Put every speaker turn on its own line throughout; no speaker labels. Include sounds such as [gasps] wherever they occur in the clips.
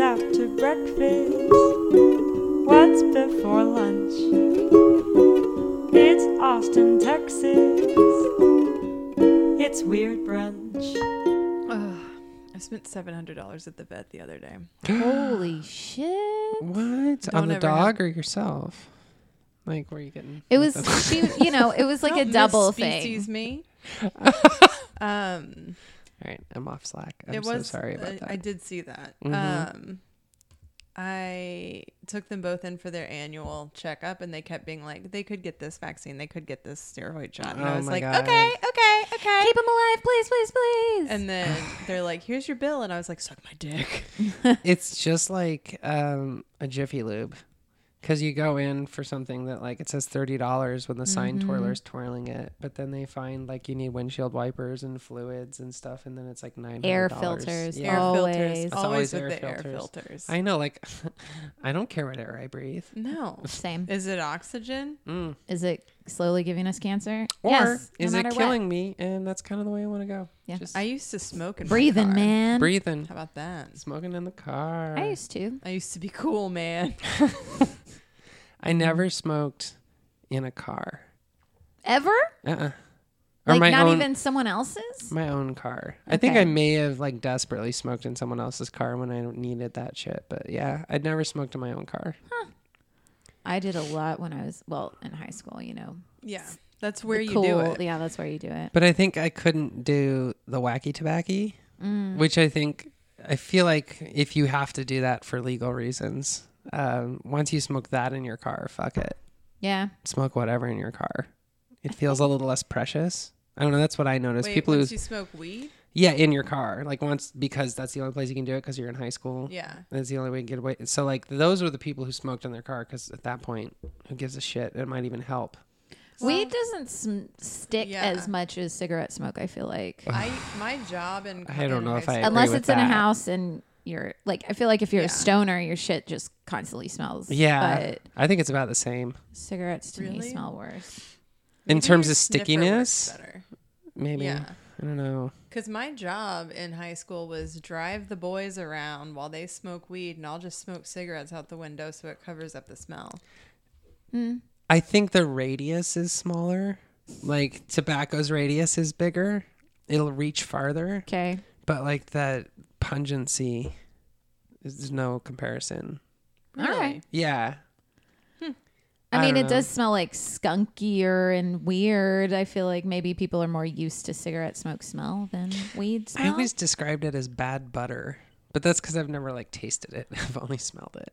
after breakfast? What's before lunch? It's Austin, Texas. It's Weird Brunch.
Ugh, I spent seven hundred dollars at the vet the other day.
Holy shit.
What?
Don't
On the
ever
dog or yourself? Like, where are you getting?
It was
[laughs]
she you know, it was like a
Don't
double
misspecies
thing. [laughs]
me. um,
All right, I'm off slack. I'm
it
so
was.
sorry
uh,
about
I,
[laughs] that.
I did see that.
Mhm.
Um, I took them both in for their annual checkup, and they kept being like, "They could get this vaccine. They could get this steroid shot." And
Oh
I was
my
like,
God.
"Okay, okay, okay."
Keep him alive, please, please, please.
and
[sighs]
then they're like, "Here's your bill," and I was like, "Suck my dick."
It's just like um, a Jiffy Lube. Because you go in for something that, like, it says $30 when the sign
Mm-hmm.
twirler's twirling it, but then they find, like, you need windshield wipers and fluids and stuff, and then it's like $900.
air filters.
Yeah.
Air
Always.
filters, always
always
with
air
the air
filters.
filters.
I know, like, [laughs] I don't care what air I breathe. [laughs]
no,
Same.
is it oxygen?
Mm.
Is it slowly giving us cancer?
Or
yes. no
is
matter
it
what.
killing me? And that's kind of the way I want to go.
Yeah.
Just
I used to smoke in my
Breathing,
car.
man.
breathing,
How about that?
smoking in the car.
I used to.
I used to be cool, man.
I never smoked in a car.
Ever?
Uh-uh. Or
Like
my
not
own
even someone else's?
my own car. I think
Okay.
I may have like desperately smoked in someone else's car when I needed that shit. But yeah, I'd never smoked in my own car.
I did a lot when I was well in high school, you know.
Yeah, that's where
The
you
cool,
do it.
Yeah, that's where you do it.
But I think I couldn't do the wacky tobacco,
Mm.
which I think I feel like if you have to do that for legal reasons, um, once you smoke that in your car, fuck it.
Yeah.
Smoke whatever in your car. It feels a little less precious. I don't know. That's what I noticed.
Wait,
People who
once you smoke weed,
Yeah, in your car. Like once because that's the only place you can do it because you're in high school. [sighs]
yeah,
That's the only way to get away. So like those were the people who smoked in their car because at that point, who gives a shit? It might even help.
Weed doesn't sm- stick
Yeah.
as much as cigarette smoke, I feel like.
I my job in
I don't
in
know if
high
I-
school-
Unless
with
it's in a
that.
house and you're like, I feel like if you're
Yeah.
a stoner, your shit just constantly smells.
Yeah,
But
I think it's about the same
cigarettes to me
Really?
smell worse.
in
Maybe
terms
your
of
sniffer works
stickiness.
better.
Maybe
Yeah.
I don't know.
Because my job in high school was drive the boys around while they smoke weed, and I'll just smoke cigarettes out the window so it covers up the smell.
I think the radius is smaller. Like tobacco's radius is bigger. It'll reach farther,
Okay.
but like that pungency is no comparison.
All
Really?
right.
Yeah,
I,
I
mean, it
don't know.
does smell like skunkier and weird. I feel like maybe people are more used to cigarette smoke smell than weed smell.
I always described it as bad butter, but that's because I've never like tasted it. [laughs] I've only smelled it.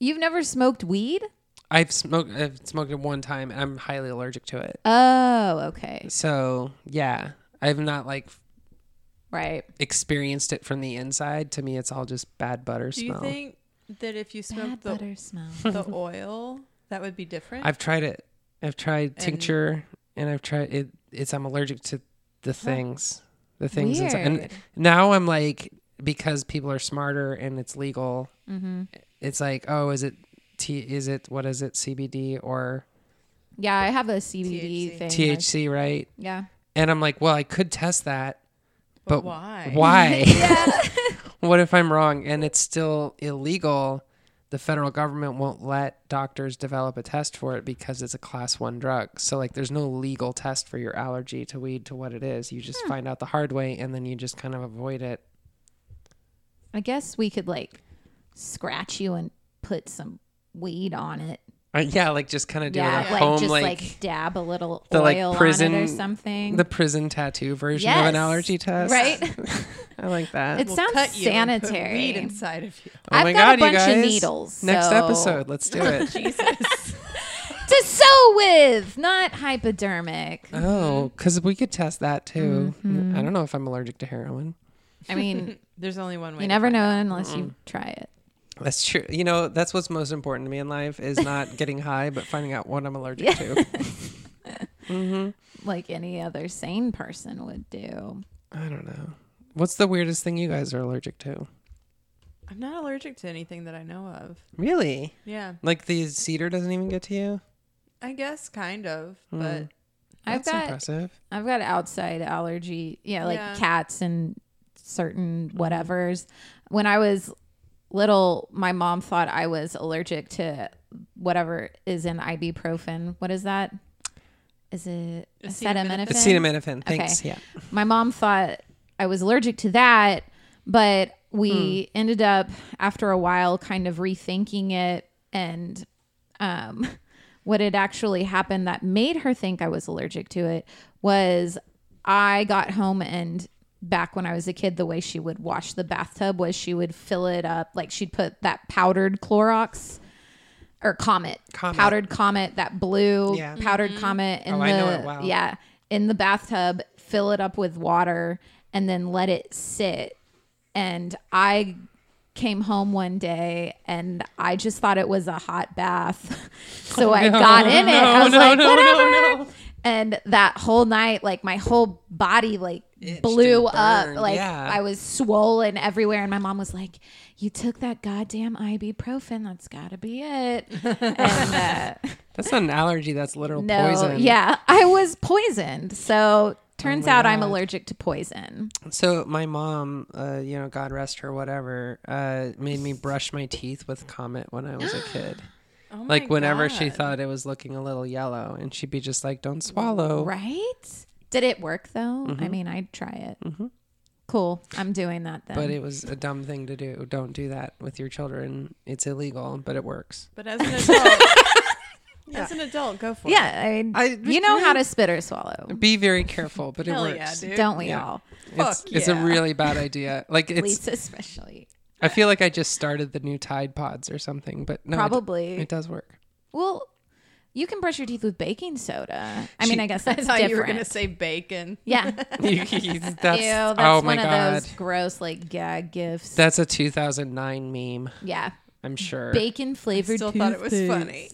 You've never smoked weed?
I've smoked. I've smoked it one time, and I'm highly allergic to it.
Oh, okay.
So yeah, I've not like
Right.
experienced it from the inside. To me, it's all just bad butter
Do
smell.
you think that if you
Bad
smoked the,
butter smell.
[laughs]
the oil, that would be different?
I've tried it. I've tried tincture, and I've tried it. It's I'm allergic to the things, the things inside. And
Weird.
now I'm like, because people are smarter and it's legal,
Mm-hmm.
it's like, oh, is it T? Is it what is it CBD or
Yeah, I have a CBD
THC.
thing. I-
THC, right?
Yeah.
And I'm like, well, I could test that,
but,
but
why?
[laughs]
Why? [laughs] what if I'm wrong and it's still illegal? The federal government won't let doctors develop a test for it because it's a class one drug. So like, there's no legal test for your allergy to weed to what it is. You just find out the hard way, and then you just kind of avoid it.
I guess we could like scratch you and put some weed on it.
Uh, yeah, like just kind of do it
yeah,
at
like
home,
just
like,
like, dab a little
the,
oil
like,
on it or
prison-
something.
the prison tattoo version of an
Yes.
allergy test.
[laughs] right?
I like that.
It
We'll
sounds
cut you and put
sanitary.
weed inside of you.
oh
I've
my
got a
god,
bunch
you
of
guys!
needles,
Next
so-
episode, let's do it.
[laughs]
Jesus.
to sew with, not hypodermic.
Oh, because we could test that too.
Mm-hmm.
I don't know if I'm allergic to heroin.
I mean,
There's only one way.
you
to
never
find
know
out.
unless you try it.
That's true. You know, that's what's most important to me in life is not getting high, but finding out what I'm allergic to.
Like any other sane person would do.
I don't know. What's the weirdest thing you guys are allergic to?
I'm not allergic to anything that I know of.
Really?
Yeah,
Like the cedar doesn't even get to you?
I guess kind of,
Hmm.
but
I've
That's
got
impressive.
I've got outside allergy. Yeah, like
Yeah.
cats and certain whatevers. When I was little, my mom thought I was allergic to whatever is in ibuprofen. What is that? Is it acetaminophen?
Acetaminophen. Thanks. Yeah.
my mom thought I was allergic to that, but we
Hmm.
ended up after a while kind of rethinking it and um [laughs] what had actually happened that made her think I was allergic to it was I got home and back when I was a kid the way she would wash the bathtub was she would fill it up like she'd put that powdered Clorox or comet,
Comet.
powdered comet that blue
Yeah.
powdered comet in
Oh,
the
I know it well.
yeah in the bathtub fill it up with water and then let it sit and i came home one day and i just thought it was a hot bath [laughs] so i got in it i was like whatever and that whole night like my whole body like
Itched
blew
and
up
burned,
like
yeah.
i was swollen everywhere and my mom was like you took that goddamn ibuprofen that's gotta be it and uh,
That's not an allergy. That's literal
no
poison. Oh
yeah i was poisoned so turns
my
out i'm
God.
allergic to poison
So my mom, uh, you know, God rest her, whatever, uh, made me brush my teeth with Comet when I was a
[gasps]
kid.
Oh my
like whenever she
God.
thought it was looking a little yellow, and she'd be just like, "Don't swallow."
right did it work though
Mm-hmm.
i mean i'd try it cool i'm doing that then
But it was a dumb thing to do. Don't do that with your children. It's illegal, but it works.
But as an adult, as an adult, go for it.
yeah i mean
I-
you know how to spit or swallow
Be very careful, but it
Hell
works.
yeah, dude.
don't we
Yeah.
all
It's,
Fuck
it's a
yeah.
really bad idea. Like it's.
Lisa especially
I feel like I just started the new Tide Pods or something, but no, it-
Probably.
it, does
[laughs]
work. [laughs]
Well, you can brush your teeth with baking soda. I mean,
[laughs]
I guess
I
that's
thought
different.
you were gonna say bacon.
[laughs] yeah.
that's,
Ew, that's
oh
one
my
of
god,
those gross like gag gifts.
that's a 2009 meme.
yeah.
I'm sure.
Bacon flavored
Still thought it was funny.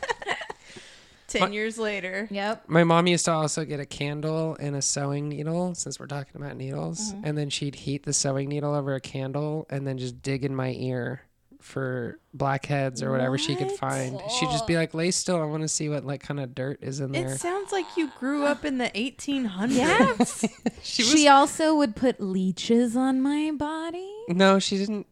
[laughs] Ten years later,
Yep.
My mom used to also get a candle and a sewing needle, since we're talking about needles. And then she'd heat the sewing needle over a candle and then just dig in my ear for blackheads or whatever she could find. She'd just be like, lay still. I want to see what like kind of dirt is in
it
there.
sounds like you grew up in the 1800s.
Yeah.
[laughs] She
she,
was,
also would put leeches on my body.
no, she didn't.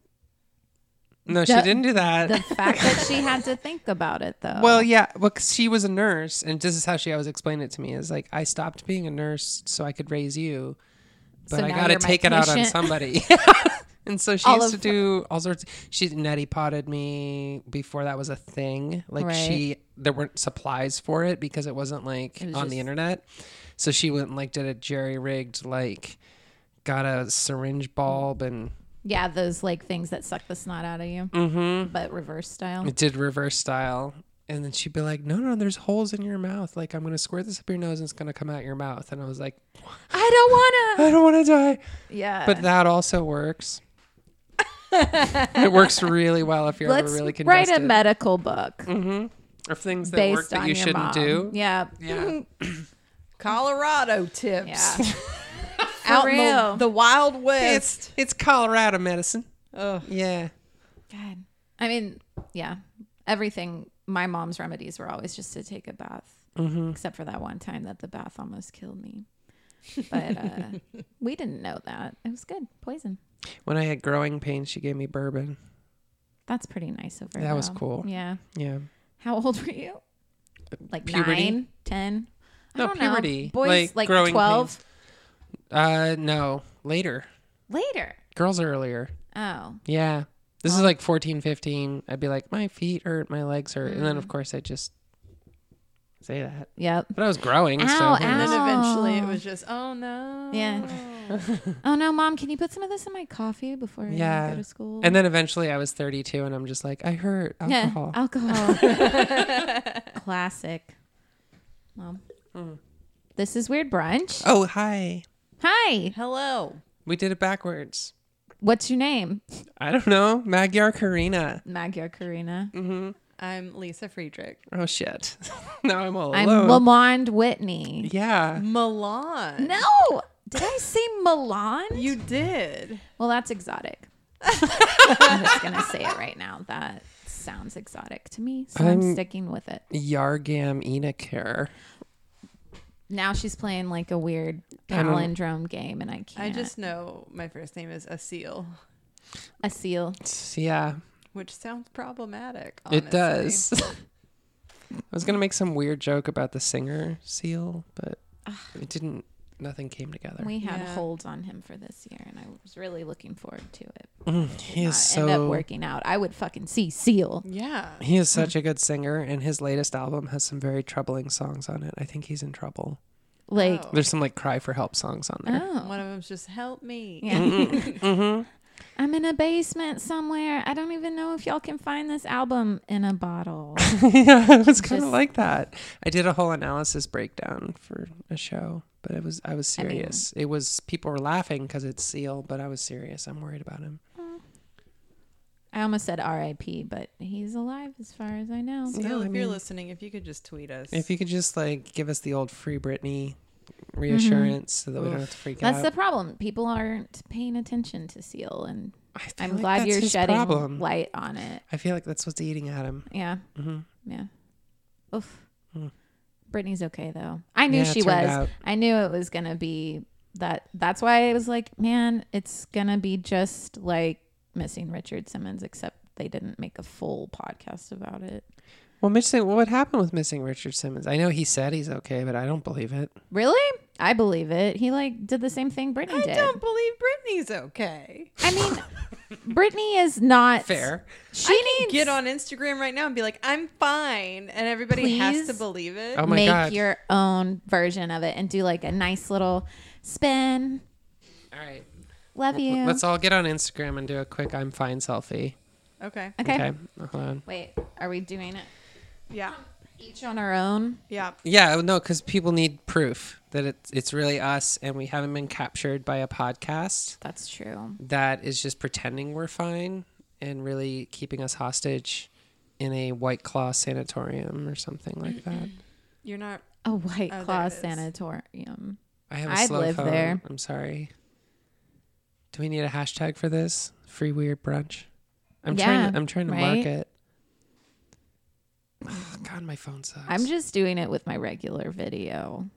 No, she
The-
didn't do that.
The fact that she had to think about it though.
Well, yeah, well, 'cause she was a nurse, and this is how she always explained it to me: is like I stopped being a nurse so I could raise you, but
So
I
now
gotta
you're my
take it out on
patient. [laughs]
somebody. [laughs] and so she
All
used to
of-
do all sorts. She neti potted me before that was a thing. Like
Right.
she, there weren't supplies for it because it wasn't like
was
on the
just-
internet. So she went and like did a jerry rigged like got a syringe bulb and
yeah, those like things that suck the snot out of you,
mm-hmm.
but reverse style.
It did reverse style. And then she'd be like, no, no, there's holes in your mouth. Like, I'm going to squirt this up your nose and it's going to come out your mouth. And I was like,
I don't wanna.
I don't want to die. [laughs]
Yeah.
But that also works. it works really well if you're
let's
ever really
write a
congested.
medical book
or things that work
based
that
on
you
your
shouldn't
mom.
do. [laughs]
Yeah.
Yeah.
[laughs] Colorado tips.
Yeah.
Out in
real.
the, the Wild West.
It's, it's Colorado medicine.
Ugh.
Yeah.
God. I mean, yeah. Everything. My mom's remedies were always just to take a bath,
Mm-hmm.
except for that one time that the bath almost killed me. But uh, we didn't know that. It was good. Poison.
When I had growing pains, she gave me bourbon.
That's pretty nice of her.
That was
though.
cool.
Yeah.
Yeah.
How old were you? Like
Puberty?
nine, ten?
No,
I don't
puberty.
Know. Boys
Like,
like,
growing
twelve
Uh, no, later.
later.
Girls are earlier.
Oh,
Yeah. This
Um,
is like 14, 15. I'd be like, my feet hurt, my legs hurt. And then,
Mm.
of course, I just say that.
yep.
But I was growing. so,
Ow,
who
And
knows?
then eventually it
Oh.
was just, oh no.
Yeah. Oh no, mom, can you put some of this in my coffee before I
Yeah.
go to school?
And then eventually I was 32 and I'm just like, I hurt alcohol.
Yeah, alcohol.
[laughs]
Classic. Mom. Mm. This is Weird Brunch.
oh, hi.
Hi.
Hello.
We did it backwards.
What's your name?
I don't know. Magyar Karina.
Magyar Karina.
I'm Lisa Friedrich.
Oh, shit. [laughs] now I'm all
I'm
alone.
Lamond [laughs] Whitney.
yeah.
Milan.
No! Did I say Milan?
You did.
well, that's [laughs] exotic. I'm just going to say it right now. That sounds exotic to me. So I'm,
I'm-
sticking with it.
Yargam Enacare.
Now she's playing like a weird
I don't-
palindrome game, and I can't.
I just know my first name is Asil.
a seal.
It's- yeah,
which sounds problematic.
it
honestly.
does.
[laughs]
I was gonna make some weird joke about the singer seal, but it didn't. Nothing came together.
Ah. We had
Yeah.
holds on him for this year, and I was really looking forward to it.
Mm, he
Not
is
end up
so.
working out. I would fucking see seal.
Yeah.
He
[laughs]
is such a good singer, and his latest album has some very troubling songs on it. I think he's in trouble.
Like,
Oh.
There's some like cry for help songs on there. [laughs]
oh,
One of them's just help me.
yeah.
Mm-hmm.
I'm in a basement somewhere. I don't even know if y'all can find this album in
[laughs]
a bottle.
yeah, it was kind of
Oh. Just-
like that. I did a whole analysis breakdown for a show, but it was I was
I mean-
serious. it was people were laughing because it's Seal, but I was serious. I'm worried about him.
I almost said R.I.P., but he's alive as far as I know.
Still,
I
if you're
mean-
listening, if you could just tweet us.
If you could just like give us the old free Britney reassurance so that we don't have to freak
Mm-hmm. That's the
out.
problem. People aren't paying attention to seal, and
I feel
I'm
like
glad
that's
you're
his
shedding
problem.
light on it.
I feel like that's what's eating at him.
Yeah.
Mhm.
Yeah. Oof.
Hmm.
Brittany's okay though. I knew
Yeah, it
she
turned
was.
out.
I knew it was gonna be that. That's why I was like, man, it's gonna be just like missing Richard Simmons, except they didn't make a full podcast about it.
Well, Mitch, said- what happened with missing Richard Simmons? I know he said he's okay, but I don't believe it.
Really? I believe it. He like did the same thing Brittany
I
did.
don't believe Brittany's okay.
I
[laughs]
mean, Brittany is not
Fair.
She needs
Get on Instagram right now and be like, I'm fine. And everybody has to
Please?
believe it.
Oh my
make
god.
your own version of it and do like a nice little spin.
All right.
Love you.
Let's all get on Instagram and do a quick I'm fine selfie.
Okay.
okay.
Hold on.
Wait, are we doing it
Yeah.
each on our own?
Yeah.
Yeah, oh, no, because people need proof that it's it's really us, and we haven't been captured by a podcast
That's true.
that is just pretending we're fine and really keeping us hostage in a white claw sanatorium or something like that.
You're not.
A white
Oh, there
claw
it is.
sanatorium.
I have a
I'd
slow
live
phone.
there.
I'm sorry. Do we need a hashtag for this? Free weird brunch. I'm trying.
Yeah,
To, I'm trying to
right?
mark it. Oh, God, my phone sucks.
I'm just doing it with my regular video.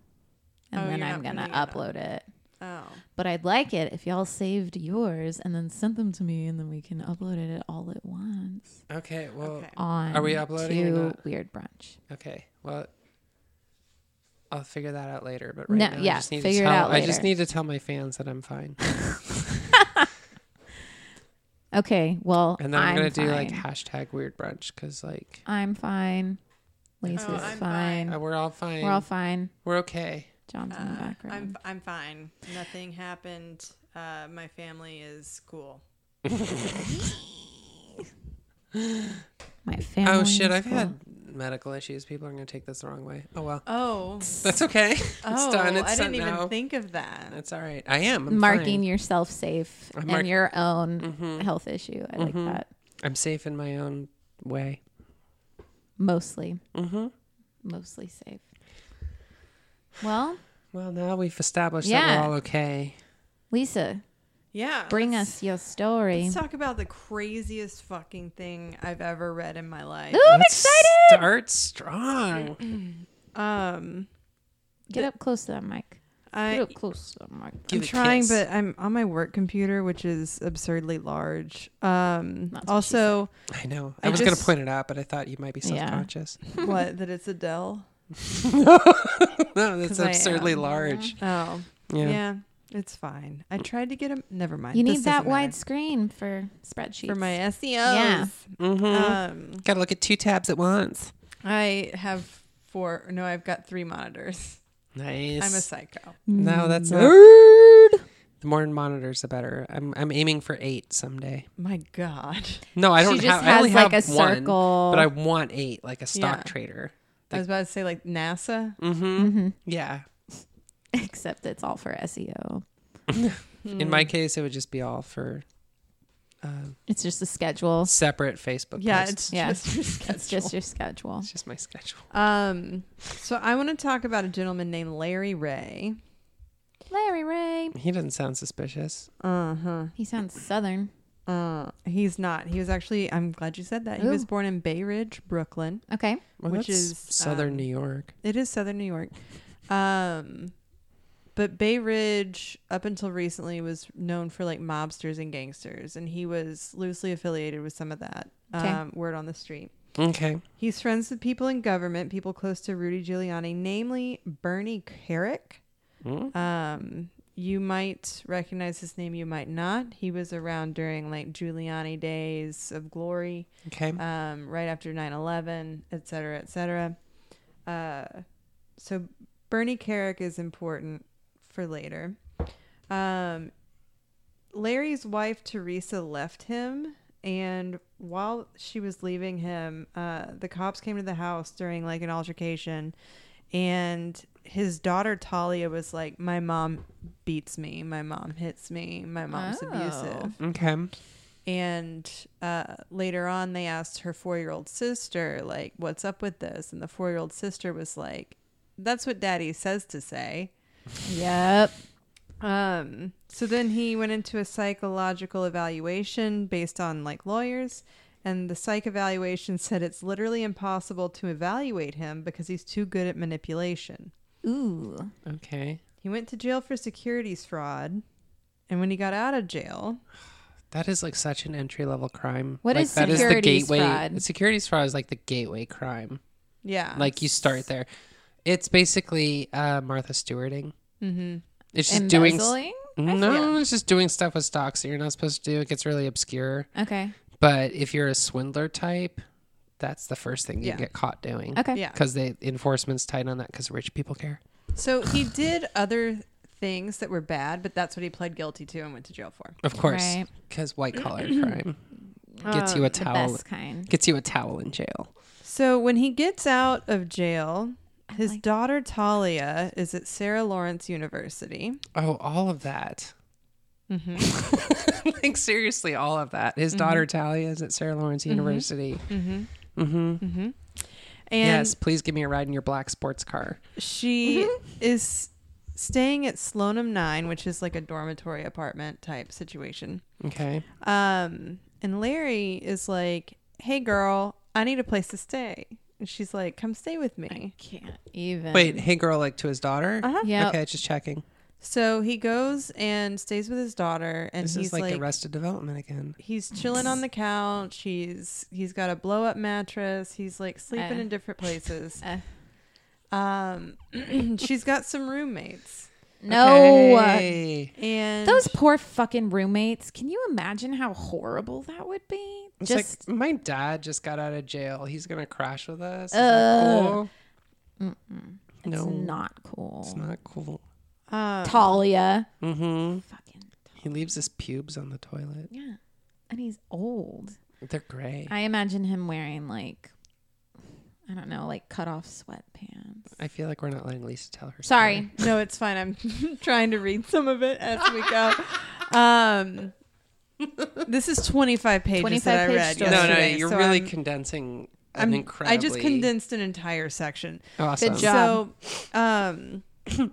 And
Oh,
then
you're not
I'm going to
putting it up.
upload it.
Oh.
But I'd like it if y'all saved yours and then sent them to me and then we can upload it all at once
okay. Well,
Okay.
on
Are we uploading or
to
not?
Weird Brunch.
Okay. Well, I'll figure that out later. But right
No,
now,
yeah,
I just need
figure it
to tell,
out
I just
later.
need to tell my fans that I'm fine,
Okay, well,
and then I'm,
I'm,
gonna
fine.
do like hashtag weird brunch because like
I'm fine. Lisa's
Oh, I'm
fine.
fine.
uh, we're all fine.
We're all fine.
We're okay.
John's in the
Uh, I'm,
background.
I'm fine. Nothing happened. Uh, my family is cool.
My family.
oh shit!
is
I've
full.
had medical issues. People are gonna take this the wrong way. Oh well,
Oh.
that's okay. [laughs] it's
oh,
done. It's
I
done
didn't even
now.
think of that.
It's all right. I am I'm
marking
fine.
yourself safe
I'm
and
mark- Mm-hmm.
your own health issue. I like that
I'm safe in my own way.
mostly,
Mm-hmm.
mostly safe. Well,
Well, now we've established that
Yeah.
we're all okay.
Lisa,
Yeah.
bring
let's-
us your story.
Let's talk about the craziest fucking thing I've ever read in my life.
Ooh, I'm
Let's
excited!
Start strong.
Um,
Get up close to that mic. Get
I,
up close to that mic.
Give
I'm
it a
trying,
kiss.
but I'm on my work computer, which is absurdly large. Um,
That's what she
also,
I know. I,
I
was going to
just-
point it out, but I thought you might be
Yeah.
[laughs]
self-conscious. [laughs]
what that it's
[laughs]
Adele.
no,
[laughs]
that's
'Cause I
absurdly
am.
large.
Oh,
Yeah.
yeah. it's fine. I tried to get a. Never mind.
You
This
need that
doesn't
wide
matter.
screen for spreadsheets.
for my SEOs.
Yeah.
Mm-hmm.
Um,
Got to look at two tabs at once.
I have four. No, I've got three monitors.
Nice.
I'm a psycho.
Mm.
no, that's not.
nerd.
The more monitors, the better. I'm I'm aiming for eight someday.
My God.
No, I don't
she
have.
just
I
has
only
like
have
a
one,
circle.
but I want eight, like a stock
Yeah.
trader.
I was about to say like NASA.
Mm-hmm.
Mhm.
Yeah.
[laughs] Except it's all for E SEO.
In my case, it would just be all for uh,
It's just a schedule.
separate Facebook.
Yeah,
posts.
it's
Yeah.
just your schedule.
It's just your schedule.
it's just my schedule. [laughs]
Um, so I want to talk about a gentleman named Larry Ray.
Larry Ray.
He doesn't sound suspicious.
Uh huh.
He sounds southern.
Uh, he's not. He was actually. I'm glad you said that. He was
Ooh.
born in Bay Ridge, Brooklyn.
Okay.
Well,
Which
that's
is,
Southern
um,
New York.
It is Southern New York. Um, but Bay Ridge up until recently was known for like mobsters and gangsters, and he was loosely affiliated with some of that.
Okay.
Um, word on the street.
Okay.
He's friends with people in government, people close to Rudy Giuliani, namely Bernie Carrick. Um, you might recognize his name, you might not. He was around during like Giuliani days of glory,
Okay.
um, right after 9 11, et cetera, et cetera. Uh, so Bernie Carrick is important for later. Um, Larry's wife Teresa left him, and while she was leaving him, uh, the cops came to the house during like an altercation, and his daughter Talia was like, "My mom beats me. My mom hits me. My mom's
Oh.
abusive."
okay.
And uh, later on, they asked her four year old sister, like, what's up with this? And the four year old sister was like, that's what daddy says to say.
Yep.
Um, so then he went into a psychological evaluation based on like lawyers. And the psych evaluation said it's literally impossible to evaluate him because he's too good at manipulation.
Ooh.
Okay.
He went to jail for securities fraud. And when he got out of jail,
That is like such an entry level crime.
What
like,
is securities
gateway.
fraud?
Securities fraud is like the gateway crime.
yeah.
Like you start there. It's basically uh, Martha Stewarting.
mm-hmm.
It's just doing. s-
Embezzling?
No, it's just doing stuff with stocks that you're not supposed to do. It gets really obscure.
Okay.
But if you're a swindler type, that's the first thing you
Yeah.
get caught doing.
Okay.
Yeah.
Because the enforcement's tight on that because rich people care.
So he did other things that were bad, but that's what he pled guilty to and went to jail for.
Of course. [clears throat]
Right. Oh,
Because white
[clears throat]
collar crime gets you a
The
towel.
best kind.
Gets you a towel in jail.
So when he gets out of jail, his
like-
daughter Talia is at Sarah Lawrence University.
Oh, all of that. [laughs] like seriously, all of that. His daughter Talia is at Sarah Lawrence University.
Mm-hmm.
Mm-hmm.
And
Yes, please give me a ride in your black sports car.
she is staying at Sloanham 9, which is like a dormitory apartment type situation.
Okay.
Um, and Larry is like, hey, girl, I need a place to stay. And she's like, come stay with me.
Can't even.
Wait, hey girl, like to his daughter.
Uh-huh. Yep.
Okay, just checking.
So he goes and stays with his daughter, and
This
he's
is like,
like
Arrested Development again.
he's chilling on the couch. He's he's got a blow up mattress. He's like sleeping
Uh.
in different
[laughs]
places.
Uh.
Um, [clears throat] she's got some roommates,
No.
Okay.
and
Those poor fucking roommates. Can you imagine how horrible that would be?
It's
Just
like my dad just got out of jail. He's gonna crash with us. Is
Ugh.
that cool?
it's
No,
not cool.
it's not cool.
um,
Talia.
Mm-hmm.
Fucking
He leaves his pubes on the toilet.
yeah. And he's old.
They're gray.
I imagine him wearing like I don't know, like cut off sweatpants.
I feel like we're not letting Lisa tell her.
Sorry.
no, it's fine. I'm [laughs] trying to read some of it as we go. Um, this is 25 pages
25
that I
page
read.
story.
No, no,
yesterday,
you're
so
really
I'm-
condensing an
I'm,
incredibly.
I just condensed an entire section.
Awesome.
Good job.
So, um, [clears throat]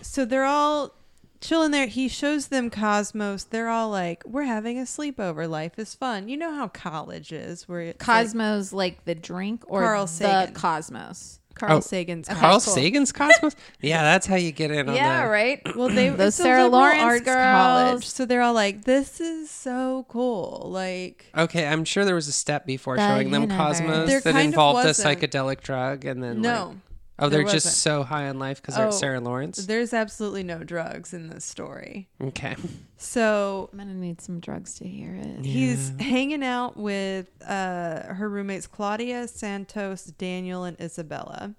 so they're all chilling there. He shows them Cosmos. They're all like, "We're having a sleepover. Life is fun." You know how college is, where it's like
Cosmos like the drink or
Carl
the
Sagan.
Cosmos.
Carl
Oh,
Sagan's.
Carl
Cosmos.
Sagan's Cosmos. yeah, that's how you get in on
Yeah,
the-
right.
Well, they
Those
it's a
Sarah
liberal
Lawrence
arts
girls.
college, so they're all like, "This is so cool!" Like,
Okay, I'm sure there was a step before
The
showing them
universe.
Cosmos
There
that
kind of
involved a
wasn't.
psychedelic drug, and then
no,
like- oh,
there
they're
wasn't.
just so high on life because they're
Oh,
at Sarah Lawrence.
there's absolutely no drugs in this story. [laughs]
okay,
So
I'm gonna need some drugs to hear it.
He's hanging out with uh, her roommates Claudia, Santos, Daniel, and Isabella.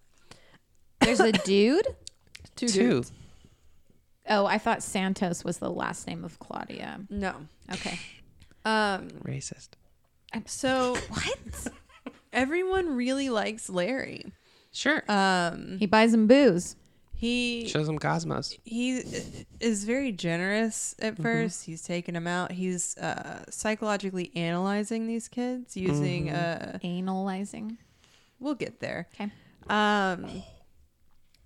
There's a dude.
Two.
two.
Oh, I thought Santos was the last name of Claudia.
No.
Okay.
Um.
Racist.
So
What?
everyone really likes Larry.
Sure.
Um.
he buys him booze.
He
Shows them Cosmos.
he is very generous at 1st He's taking them out. He's uh, psychologically analyzing these kids using. Uh,
Analyzing.
we'll get there.
Okay.
Um,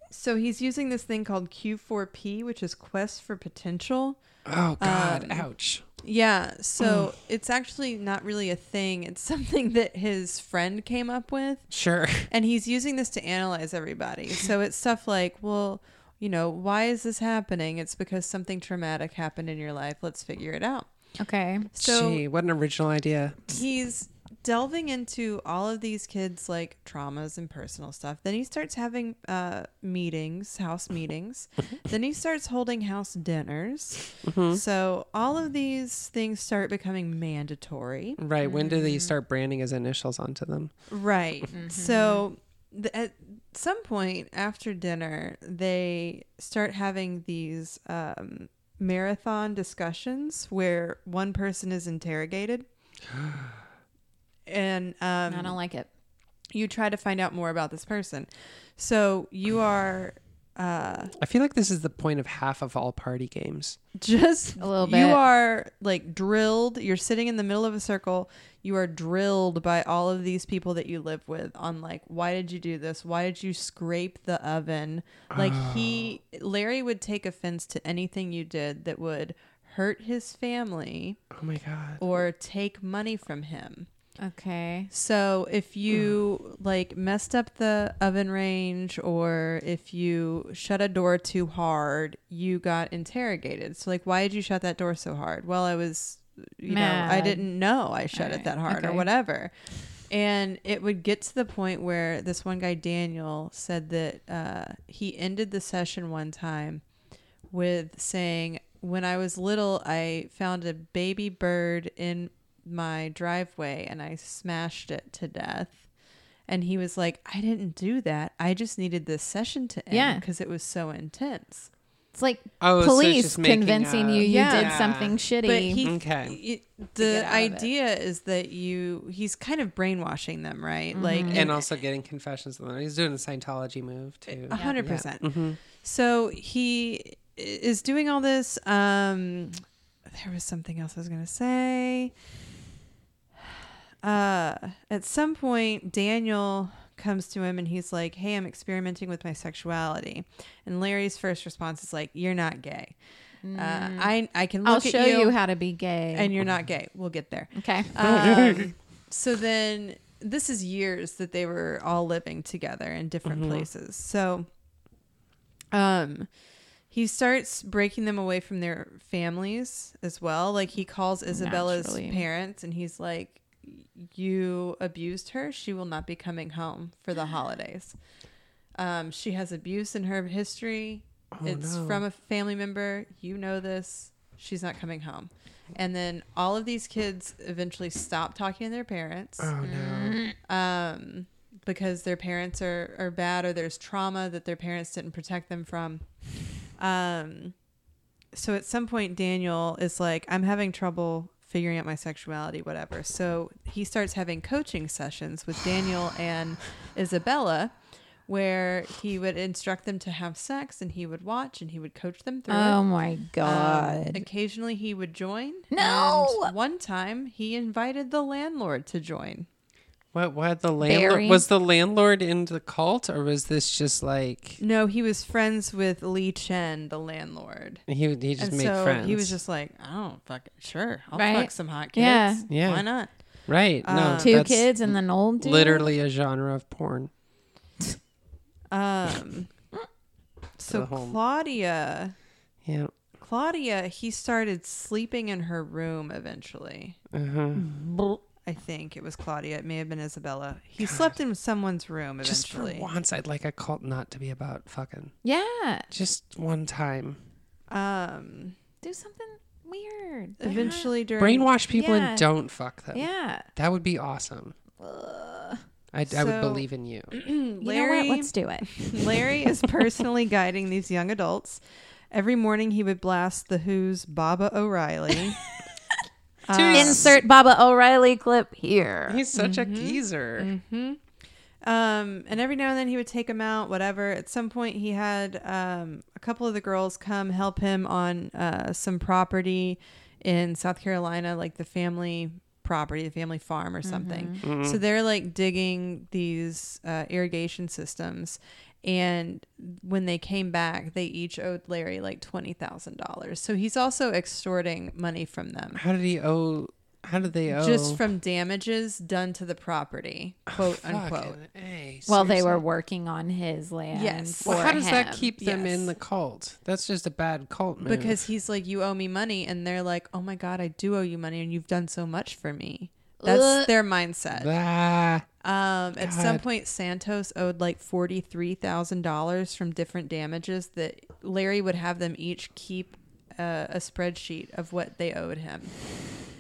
so he's using this thing called Q4P, which is Quest for Potential.
Oh God,
um,
ouch.
Yeah, so it's actually not really a thing. It's [laughs] something that his friend came up with,
Sure.
and he's using this to analyze everybody. So it's stuff like, well, you know, why is this happening? It's because something traumatic happened in your life. Let's figure it out.
Okay.
[laughs] So
Gee, what an original idea.
he's delving into all of these kids like traumas and personal stuff then he starts having uh meetings house meetings then he starts holding house dinners so all of these things start becoming mandatory
Right. When do
Mm.
they start branding his initials onto them?
right so th- at some point after dinner they start having these um marathon discussions where one person is interrogated and um
I don't like it.
you try to find out more about this person. So you are uh
I feel like this is the point of half of all party games.
just
A little
You
bit.
are like drilled. You're sitting in the middle of a circle. You are drilled by all of these people that you live with on like why did you do this? Why did you scrape the oven? Like he Larry would take offense to anything you did that would hurt his family
Oh my god.
or take money from him.
Okay.
So if you like messed up the oven range or if you shut a door too hard, you got interrogated. So like why did you shut that door so hard? Well, I was you know, I
Mad.
didn't know I shut it
Alright,
that hard or
okay.
whatever. And it would get to the point where this one guy Daniel said that uh, he ended the session one time with saying, When I was little, I found a baby bird in my driveway and I smashed it to death. And he was like, I didn't do that. I just needed this session to end
Yeah.
because it was so intense.
It's like
Oh, so it's
police
just making
convincing
up.
you you
Yeah.
did something shitty.
But he,
Okay.
it-
get
the
out of it.
idea is that you, he's kind of brainwashing them, right? Like,
Mm-hmm.
And also getting confessions. of the- He's doing the Scientology move too.
A
Uh,
hundred percent.
Mm-hmm.
So he i- is doing all this. Um, there was something else I was gonna say. Uh, at some point, Daniel comes to him and he's like, "Hey, I'm experimenting with my sexuality," and Larry's first response is like, "You're not gay. Uh, I I can look
Mm. I'll
at
show
you,
you how to be gay.
and you're not gay. We'll get there."
okay.
um, so then this is years that they were all living together in different places so um he starts breaking them away from their families as well like he calls isabella's
Naturally.
parents and he's like you abused her she will not be coming home for the holidays um she has abuse in her history it's
no.
from a family member you know this she's not coming home and then all of these kids eventually stop talking to their parents
Oh
mm.
no.
um, because their parents are, are bad or there's trauma that their parents didn't protect them from. Um, so at some point, Daniel is like, I'm having trouble figuring out my sexuality, whatever. So he starts having coaching sessions with Daniel and Isabella. Where he would instruct them to have sex, and he would watch, and he would coach them through it.
oh my
Um,
god.
occasionally he would join.
No!
And one time he invited the landlord to join.
What what the landlord
Barry?
was the landlord in the cult or was this just like
No, he was friends with Lee Chen, the landlord.
he he just
and
made
so
friends?
he was just like, I don't fucking sure. I'll
Right?
fuck some hot kids.
Yeah.
Yeah.
Why not?
Right. no.
uh,
uh,
Two
that's
kids and an old dude.
Literally a genre of porn. [laughs]
Um
the
so
home.
Claudia
Yeah.
Claudia, he started sleeping in her room eventually.
Uh-huh.
I think it was Claudia. It may have been Isabella. He slept in someone's room
Just for
eventually.
once I'd like a cult not to be about fucking.
Yeah.
Just one time.
um
Do something weird. They're not-
eventually during
Brainwash people
Yeah.
and don't fuck them.
Yeah.
That would be awesome.
Ugh.
I, I
So-
would believe in you.
You know
Mm, Larry-
what? Let's do it. [laughs]
Larry is personally guiding these young adults. Every morning he would blast The Who's Baba O'Reilly.
Insert Baba O'Reilly clip here.
Uh, He's such
Mm-hmm.
a geezer.
Um, and every now and then he would take them out, whatever. At some point, he had um, a couple of the girls come help him on uh, some property in South Carolina, like the family property, the family farm or something. So they're like digging these uh, irrigation systems. And when they came back, they each owed Larry like $20,000. So he's also extorting money from them.
How did he owe? How do they owe?
just from damages done to the property, quote unquote.
Fucking A,
Well, they were
seriously?
working on his land.
Yes.
For
Well,
Well, how does that
him.
keep them in
yes.
the cult? That's just a bad cult move.
Because he's like, you owe me money, and they're like, oh my god, I do owe you money, and you've done so much for me. That's
Ugh.
their
uh,
mindset.
Ah,
Um, at some
God.
point, Santos owed like forty three thousand dollars from different damages that Larry would have them each keep uh, a spreadsheet of what they owed him,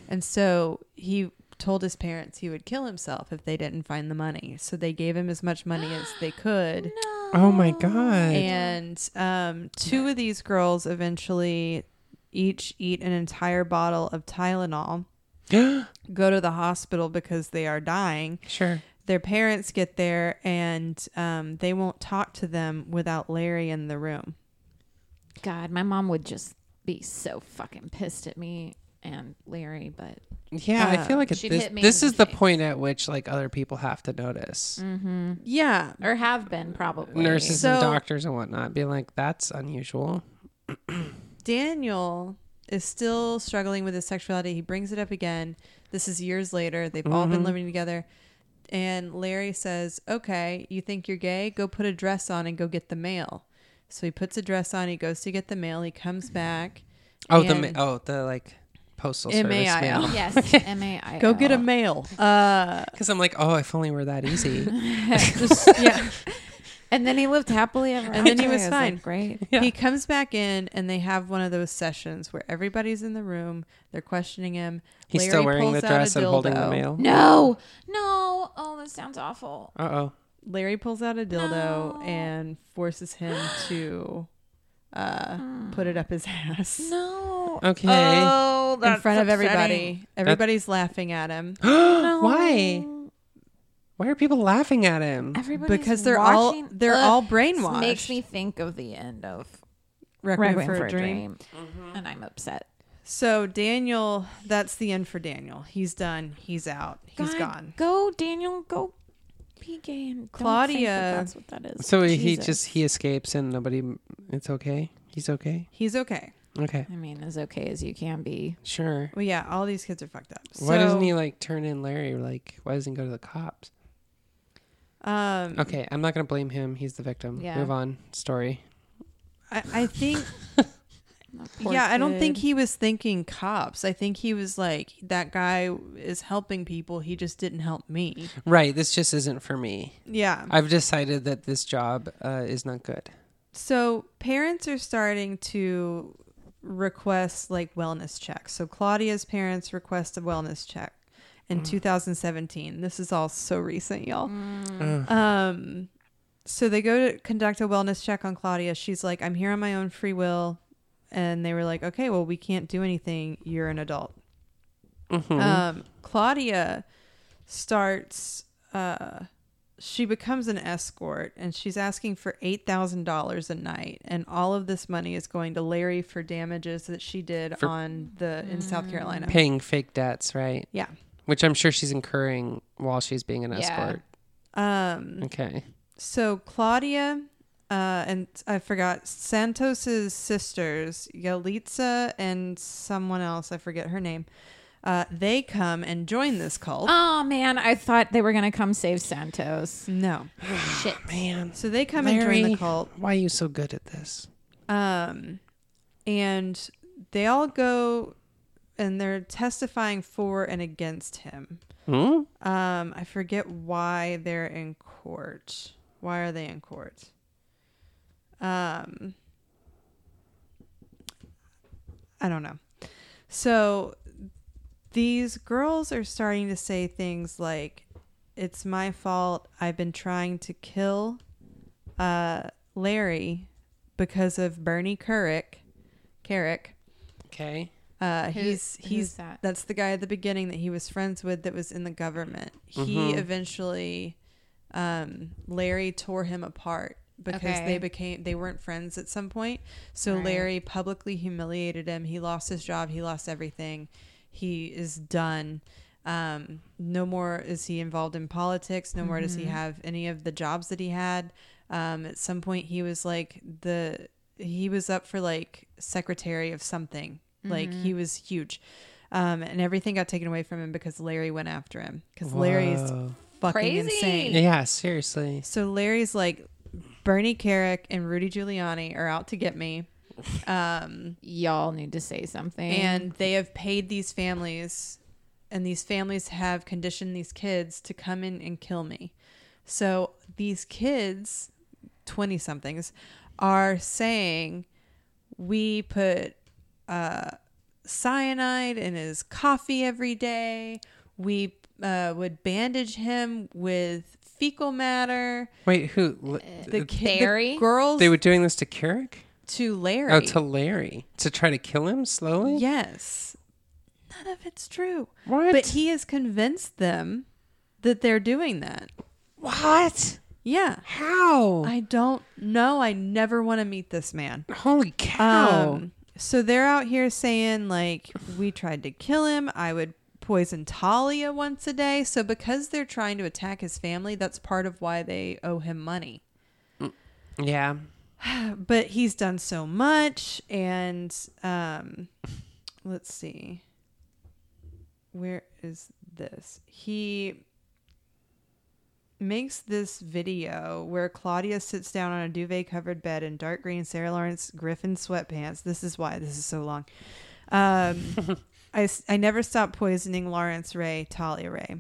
and so he told his parents he would kill himself if they didn't find the money. So they gave him as much money as they could,
[gasps] oh my god.
and um, two of these girls eventually each eat an entire bottle of Tylenol, go to the hospital because they are dying
[gasps] sure.
their parents get there and um, they won't talk to them without Larry in the room.
God, my mom would just be so fucking pissed at me and Larry, but
Yeah, I feel like at
she'd
this,
Uh, hit me
this
in
is
the
the
face. Mm-hmm.
point at which like other people have to notice
Yeah.
or have been probably
nurses
So-
and doctors and whatnot, be like, "That's unusual."
Daniel is still struggling with his sexuality. He brings it up again. This is years later. They've all
Mm-hmm.
been living together. And Larry says, Okay, you think you're gay? Go put a dress on and go get the mail. So he puts a dress on. He goes to get the mail. He comes back.
Oh, the ma-
and-
oh the like postal service
MAIL.
mail. [laughs]
Yes, M A
oh.
I.
Go
[laughs]
get a mail. Uh,
Because I'm like, oh, if only were that easy.
yeah.
[laughs] And then he lived happily ever after.
And then he was
I
fine.
Like, Great.
He comes back in and they have one of those sessions where everybody's in the room, they're questioning him.
He's
Larry
still wearing
pulls
the
out a
dress and holding the
dildo.
[laughs]
mail.
No, no. Oh, that sounds awful.
Uh oh.
Larry pulls out a dildo
No.
and forces him to uh, put it up his [laughs] ass
No.
Okay.
Oh,
in
that's
front of
upsetting.
everybody. Everybody's laughing at him
Why? Why are people laughing at him?
Everybody's
because they're all
watching.
they're
Ugh.
all
This
brainwashed.
Makes me think of the end of
Requiem
Requiem
for, a dream.
and I'm upset.
So Daniel, that's the end for Daniel. He's done. He's out. He's
God,
gone.
Go, Daniel. Go. Be gay and Claudia.
Claudia-
that's what that is.
So he
Jesus.
just he escapes and nobody. It's okay. He's okay.
He's okay.
Okay.
I mean, as okay as you can be.
Sure.
Well, yeah, all these kids are fucked up.
why doesn't
So,
he like turn in Larry? Like why doesn't he go to the cops?
Um,
Okay, I'm not gonna blame him. He's the victim.
Yeah.
Move on. Story.
I, I think
That poor
yeah, I don't think
kid.
he was thinking cops. I think he was like that guy is helping people. He just didn't help me.
Right. This just isn't for me.
Yeah.
I've decided that this job uh, is not good.
So parents are starting to request like wellness checks. So Claudia's parents request a wellness check in 2017. This is all so recent, y'all. Um so they go to conduct a wellness check on Claudia. She's like, "I'm here on my own free will." And they were like, "Okay, well, we can't do anything. You're an adult." Um Claudia starts uh she becomes an escort and she's asking for $8,000 a night and all of this money is going to Larry for damages that she did
For-
on the in South Carolina.
Paying fake debts, right?
Yeah.
Which I'm sure she's incurring while she's being an
Yeah.
escort.
Um
Okay.
so Claudia uh and I forgot Santos's sisters, Yalitza and someone else, I forget her name. Uh they come and join this cult.
Oh man, I thought they were gonna come save Santos.
no.
Shit.
Man.
So they come and join
Larry,
the cult.
why are you so good at this?
Um, and they all go and they're testifying for and against him.
Hmm?
Um, I forget why they're in court. Why are they in court? Um, I don't know. So these girls are starting to say things like, "It's my fault. I've been trying to kill uh, Larry because of Bernie Carrick. Carrick.
Okay.
Uh,
Who-
he's
who's
he's
that?
that's the guy at the beginning that he was friends with that was in the government. He eventually, um, Larry tore him apart because
Okay.
they became they weren't friends at some point. So
Right.
Larry publicly humiliated him. He lost his job. He lost everything. He is done. Um, no more is he involved in politics. No more does he have any of the jobs that he had. Um, at some point, he was like the he was up for like secretary of something. Like he was huge. um, and everything got taken away from him because Larry went after him because Larry's
Whoa.
fucking
Crazy.
insane.
yeah, seriously.
So Larry's like, Bernie Carrick and Rudy Giuliani are out to get me. Um,
Y'all need to say something.
and they have paid these families, and these families have conditioned these kids to come in and kill me. So these kids, 20 somethings, are saying, We put uh, cyanide in his coffee every day. We uh, would bandage him with fecal matter
Wait, who? L-
the kid,
Barry?
the girls
they were doing this to Carrick?
to Larry.
Oh, to Larry to try to kill him slowly.
yes, none of it's true.
What?
But he has convinced them that they're doing that.
What?
Yeah,
How?
I don't know. I never want to meet this man.
Holy cow!
Um, so they're out here saying like we tried to kill him. I would poison Talia once a day. So because they're trying to attack his family, that's part of why they owe him money.
yeah.
but he's done so much and um let's see where is this he makes this video where claudia sits down on a duvet covered bed in dark green sarah lawrence griffin sweatpants this is why this is so long um I, s- I never stopped poisoning lawrence ray talia ray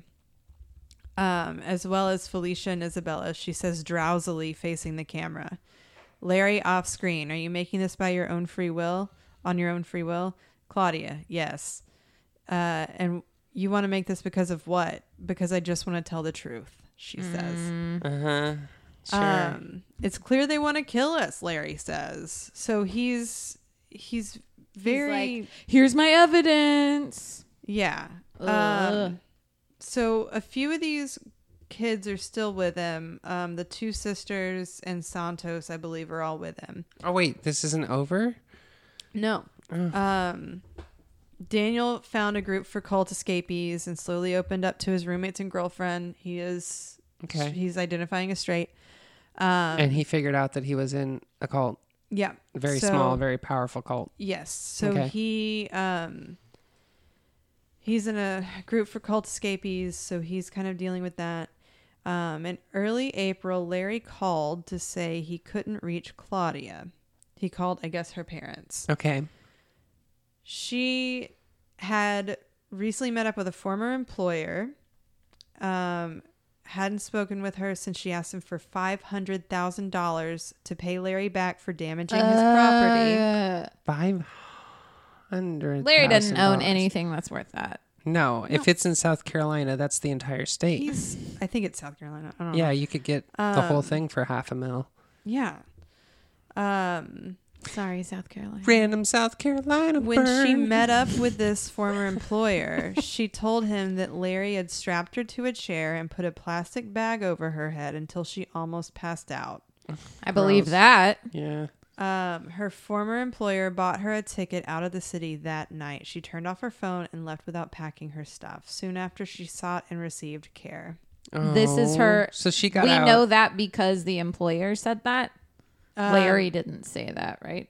um, as well as Felicia and Isabella, she says drowsily facing the camera. Larry off screen. Are you making this by your own free will? On your own free will? Claudia, yes. Uh, and you want to make this because of what? Because I just want to tell the truth, she says.
Uh huh. Sure.
Um, it's clear they want to kill us, Larry says. So he's he's very
He's like, here's my evidence.
yeah.
Ugh.
Um, so a few of these kids are still with him. Um, the two sisters and Santos, I believe, are all with him.
oh wait, this isn't over. Oh,
No. Um, Daniel found a group for cult escapees and slowly opened up to his roommates and girlfriend. He is
Okay.
He's identifying as straight. Um,
and he figured out that he was in a cult,
yeah.
very
So-
small, very powerful cult.
Yes. So
Okay.
he um he's in a group for cult escapees, so he's kind of dealing with that. Um, in early April, Larry called to say he couldn't reach Claudia. He called, I guess, her parents.
Okay.
She had recently met up with a former employer. Um, hadn't spoken with her since she asked him for five hundred thousand dollars to pay Larry back for damaging his property.
Uh,
Five hundred.
Larry doesn't own anything that's worth that.
No, if it's in South Carolina, that's the entire state.
He's, Um, I think it's South Carolina. I don't know.
yeah, you could get the whole thing for half a mil.
Yeah. Um,
Sorry, South Carolina.
Random South Carolina.
when she
burn.
met up with this former employer, she told him that Larry had strapped her to a chair and put a plastic bag over her head until she almost passed out.
I believe
Gross.
that.
Yeah.
Um, her former employer bought her a ticket out of the city that night. She turned off her phone and left without packing her stuff. Soon after, she sought and received care.
This is her-
Oh, So she got
we
out.
know that because the employer said that.
Uh,
Larry didn't say that, right?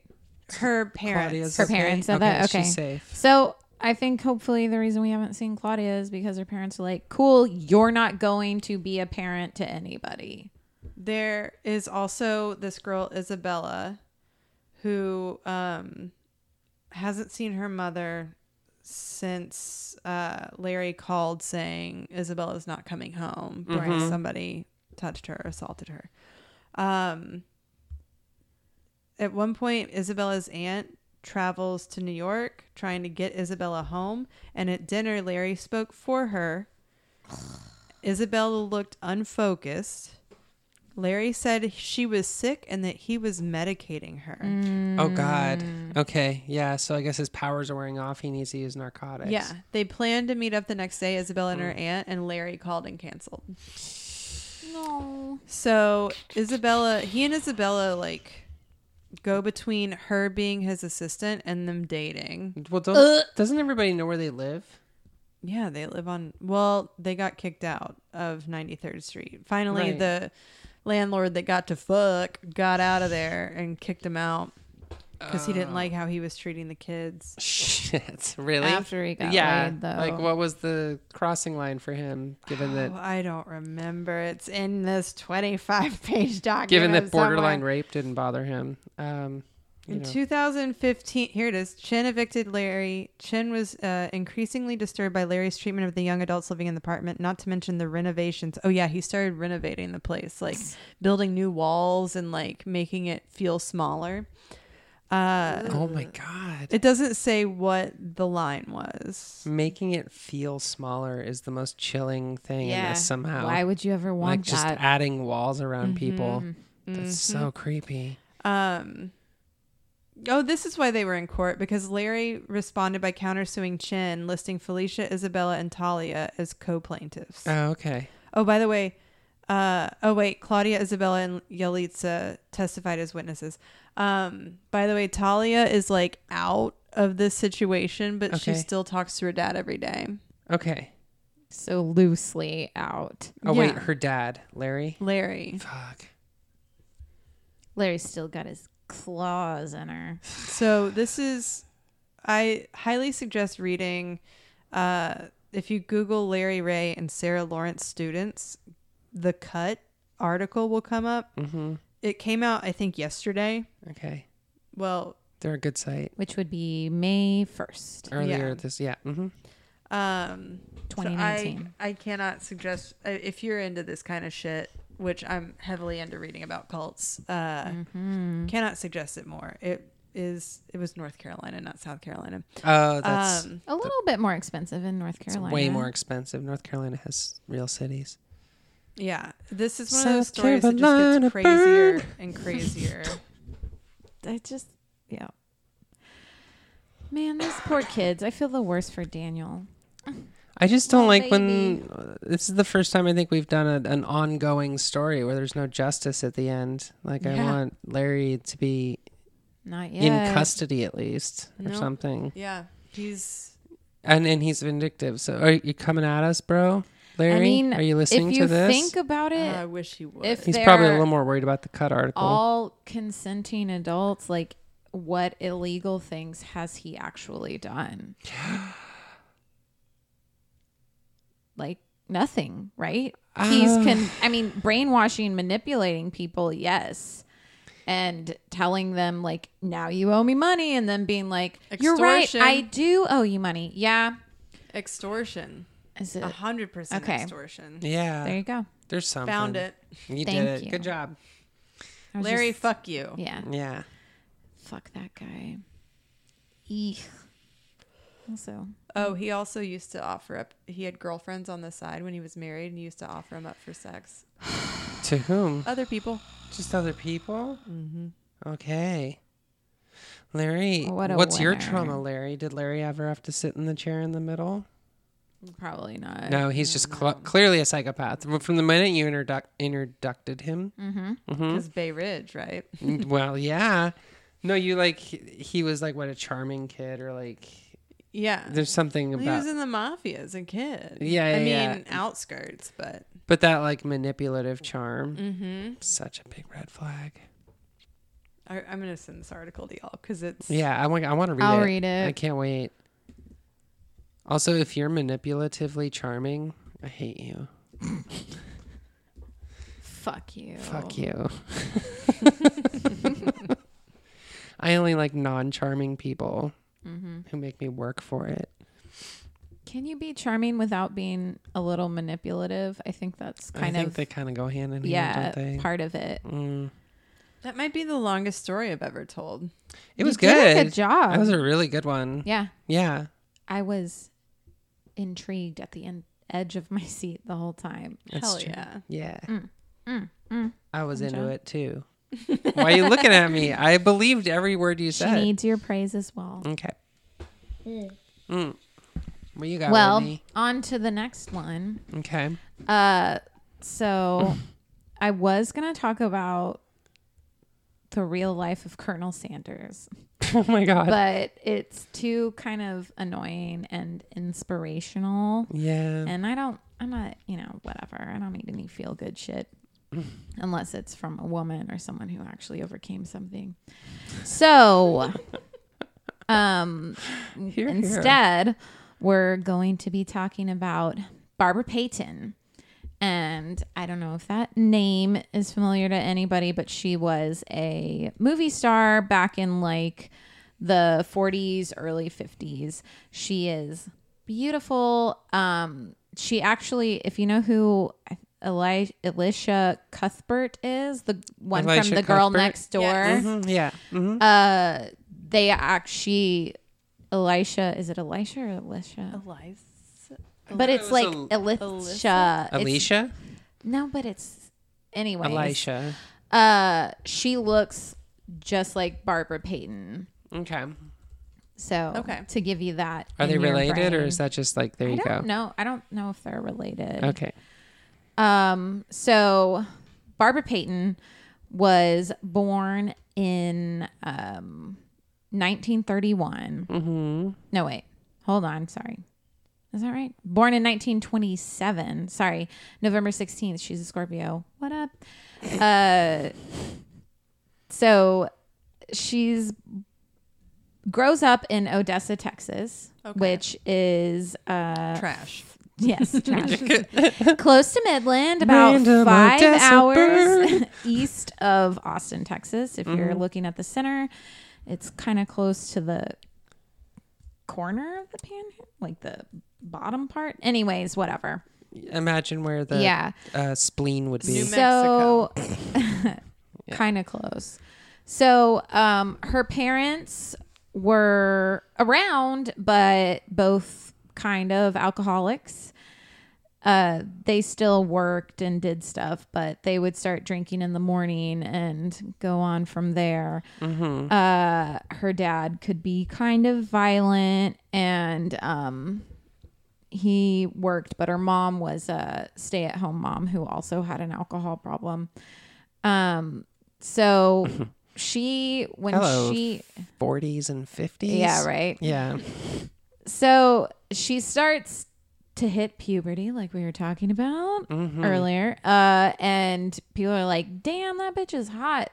Um, Her parents.
Claudia's
Her parents said that. Okay.
She's safe.
So I think hopefully the reason we haven't seen Claudia is because her parents are like, cool, you're not going to be a parent to anybody.
There is also this girl Isabella, who um, hasn't seen her mother since uh, Larry called saying Isabella's not coming home because somebody touched her, assaulted her. Um, at one point, Isabella's aunt travels to New York trying to get Isabella home, and at dinner, Larry spoke for her. Isabella looked unfocused. Larry said she was sick and that he was medicating her.
Hmm.
Oh God. Okay. Yeah. So I guess his powers are wearing off. He needs to use narcotics.
Yeah, they planned to meet up the next day, Isabella and her aunt, and Larry called and canceled.
No.
So Isabella, he and Isabella like go between her being his assistant and them dating.
Well, don't, doesn't everybody know where they live?
Yeah, they live on. Well, they got kicked out of 93rd Street. Finally,
Right.
the landlord that got to fuck got out of there and kicked him out. because he didn't like how he was treating the kids.
Shit, [laughs] really?
After he got
yeah.
laid, though.
Like, what was the crossing line for him? Given that,
Oh, I don't remember. It's in this 25 [laughs] page document.
given that borderline
somewhere.
rape didn't bother him. Um, you
In
know.
2015, here it is. Chin evicted Larry. Chin was uh, increasingly disturbed by Larry's treatment of the young adults living in the apartment, not to mention the renovations. Oh, yeah, he started renovating the place, like building new walls and like making it feel smaller. Uh,
oh my god.
it doesn't say what the line was.
Making it feel smaller is the most chilling thing in
yeah.
this somehow.
Why would you ever
like
want
just
that?
adding walls around people. That's so creepy.
Um, oh, this is why they were in court because Larry responded by countersuing Chin, listing Felicia, Isabella, and Talia as co plaintiffs.
Oh, okay.
Oh, by the way, uh, oh wait, Claudia, Isabella, and Yelitsa testified as witnesses. Um, by the way, Talia is like out of this situation, but she
Okay.
still talks to her dad every day.
Okay.
so loosely out.
Oh wait,
Yeah.
her dad, Larry.
Larry.
Fuck.
Larry's still got his claws in her.
So this is, I highly suggest reading. Uh, if you Google Larry Ray and Sarah Lawrence students, the cut article will come up.
Mm-hmm.
It came out, I think, yesterday.
Okay.
Well,
They're a good site.
Which would be May 1st,
Earlier
Yeah.
this, yeah. Mm-hmm.
um, So
2019.
I, I cannot suggest I- if you're into this kind of shit, which I'm heavily into reading about cults. Uh, Cannot suggest it more. It is. It was North Carolina, not South Carolina.
Oh, that's
um,
a little bit more expensive in North
it's
Carolina.
way more expensive. North Carolina has real cities.
yeah, this is one of
South
those stories that
Carolina
just gets crazier
burn.
and
[laughs]
crazier.
I just, yeah. Man, these poor kids. I feel the worst for Daniel.
I just don't
Well,
like when uh, this is the first time I think we've done a, an ongoing story where there's no justice at the end. Like I
Yeah.
want Larry to be
Not yet.
in custody at least or
No.
something.
yeah, he's
And and he's vindictive. So are you coming at us, bro? Larry,
I mean,
are you listening
if you
to this?
think about
uh,
it,
I wish he would.
if
he's probably a
they're
little more worried about the cut article.
all consenting adults, like what illegal things has he
[gasps]
actually done? like nothing, right? He's
Uh.
con I mean, brainwashing, manipulating people, yes. And telling them like, now you owe me money, and then being like, You're right,
Extortion.
I do owe you money. Yeah.
extortion,
Is it
a hundred percent
Okay.
extortion.
yeah,
there you go.
there's something.
Found it,
You did
Thank
it.
you.
Good job.
I was
Larry.
just-
fuck you.
yeah.
Yeah.
Fuck that guy. Eek. Also,
Oh, he also used to offer up. He had girlfriends on the side when he was married, and he used to offer them up for sex.
To whom?
Other people.
Just other people? Mm-hmm. Okay. Larry,
What a
what's your
winner.
trauma, Larry? Did Larry ever have to sit in the chair in the middle?
probably not.
No, he's just cl- clearly a psychopath. Well, From the minute you introduc- introducted him, Mm-hmm.
Because Bay Ridge, right?
well, yeah. No, you like, he- he was like, what, a charming kid or like,
Yeah.
there's something
he
about,
was in the mafia as a kid.
Yeah,
I
yeah,
mean,
yeah.
outskirts, but
but that like manipulative charm. Mm-hmm. Such a big red flag.
I, I'm gonna send this article to y'all because it's
Yeah, I want. I want to read
I'll
it.
read it.
I can't wait. Also, if you're manipulatively charming, I hate you.
Fuck you.
Fuck you. [laughs] I only like non-charming people
Mm-hmm.
who make me work for it.
Can you be charming without being a little manipulative? I think that's kind
I think
of
they kind of go hand in hand,
yeah,
don't they?
part of it.
Mm.
that might be the longest story I've ever told.
It was
did a
good.
good job.
That was a really good one.
Yeah,
Yeah.
I was intrigued at the end, edge of my [laughs] seat the whole time.
That's
Hell
true.
yeah.
Yeah.
Mm.
I was into it
[laughs]
too. Why are you looking at me? I believed every word you
She
said.
needs your praise as well.
Okay. Mm. What you got?
well,
Whitney?
on to the next one.
okay. [laughs]
Uh, so I was gonna talk about the real life of Colonel Sanders,
Oh my god.
but it's too kind of annoying and inspirational.
yeah.
[laughs]
[clears throat]
and I don't, I'm not, you know, whatever. I don't need any feel good shit. unless it's from a woman or someone who actually overcame something.
[laughs]
So, um,
Here,
instead, we're going to be talking about Barbara Payton. And I don't know if that name is familiar to anybody, but she was a movie star back in like the 40s, early 50s. She is beautiful. Um, she actually, if you know who Eli- Alicia Cuthbert is, the one
Alicia
from The Girl
Cuthbert?
Next Door
Here. Mhm, yeah. Mhm.
uh they actually elisha is it elisha or alicia
Eliza.
but it's
was
like
Al-
alicia It's-
Alicia?
no but it's anyway
Elisha.
uh she looks just like barbara payton
Okay.
so
Okay.
to give you that
Are
in
they
your
related or
brain.
is that just like there
i
you go?
don't know i don't know if they're related
Okay.
Um, so Barbara Payton was born in um 1931. Mm-hmm. No, wait. Hold on. Sorry. Is that right? Born in 1927. Sorry. November 16th. She's a Scorpio. What up? Uh, so she's grows up in Odessa, Texas, which is uh
Trash.
[laughs]
Yes, trash. Close to Midland, about
Random
five
Odessa
hours [laughs] east of Austin, Texas. If you're
Mm-hmm.
looking at the center, it's kind of close to the corner of the pan, like the bottom part. Anyways, whatever.
Imagine where the
yeah,
uh, spleen would be.
New
so [coughs] kind of close. So um, her parents were around, but both kind of alcoholics. Uh, they still worked and did stuff, but they would start drinking in the morning and go on from there.
Mm-hmm.
Uh, her dad could be kind of violent and um, he worked, but her mom was a stay at home mom who also had an alcohol problem. Um, so she, when
Hello.
she,
40s and 50s?
yeah, right.
Yeah.
So she starts to hit puberty, like we were talking about earlier. Uh, and people are like, damn, that bitch is hot.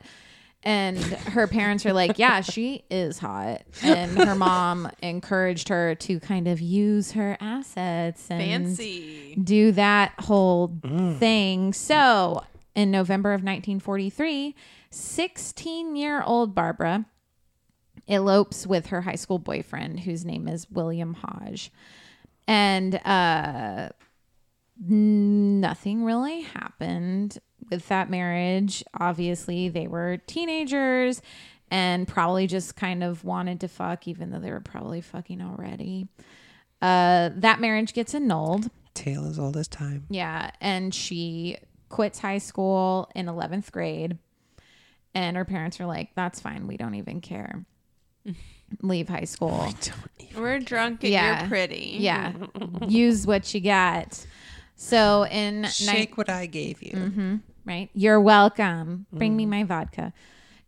And her parents are like, yeah, she is hot. And her mom encouraged her to kind of use her assets and
Fancy.
do that whole thing. So, in November of 1943, 16 year old Barbara elopes with her high school boyfriend, whose name is William Hodge. And uh, nothing really happened with that marriage. Obviously, they were teenagers and probably just kind of wanted to fuck, even though they were probably fucking already. Uh, that marriage gets annulled.
Tale as old as time.
Yeah, and she quits high school in 11th grade. And her parents are like, "That's fine. We don't even care." Leave high school.
We're drunk and
Yeah.
you're pretty. [laughs]
Yeah. Use what you got. So in nine-
Shake what I gave you.
Mm-hmm. right? You're welcome. Bring me my vodka.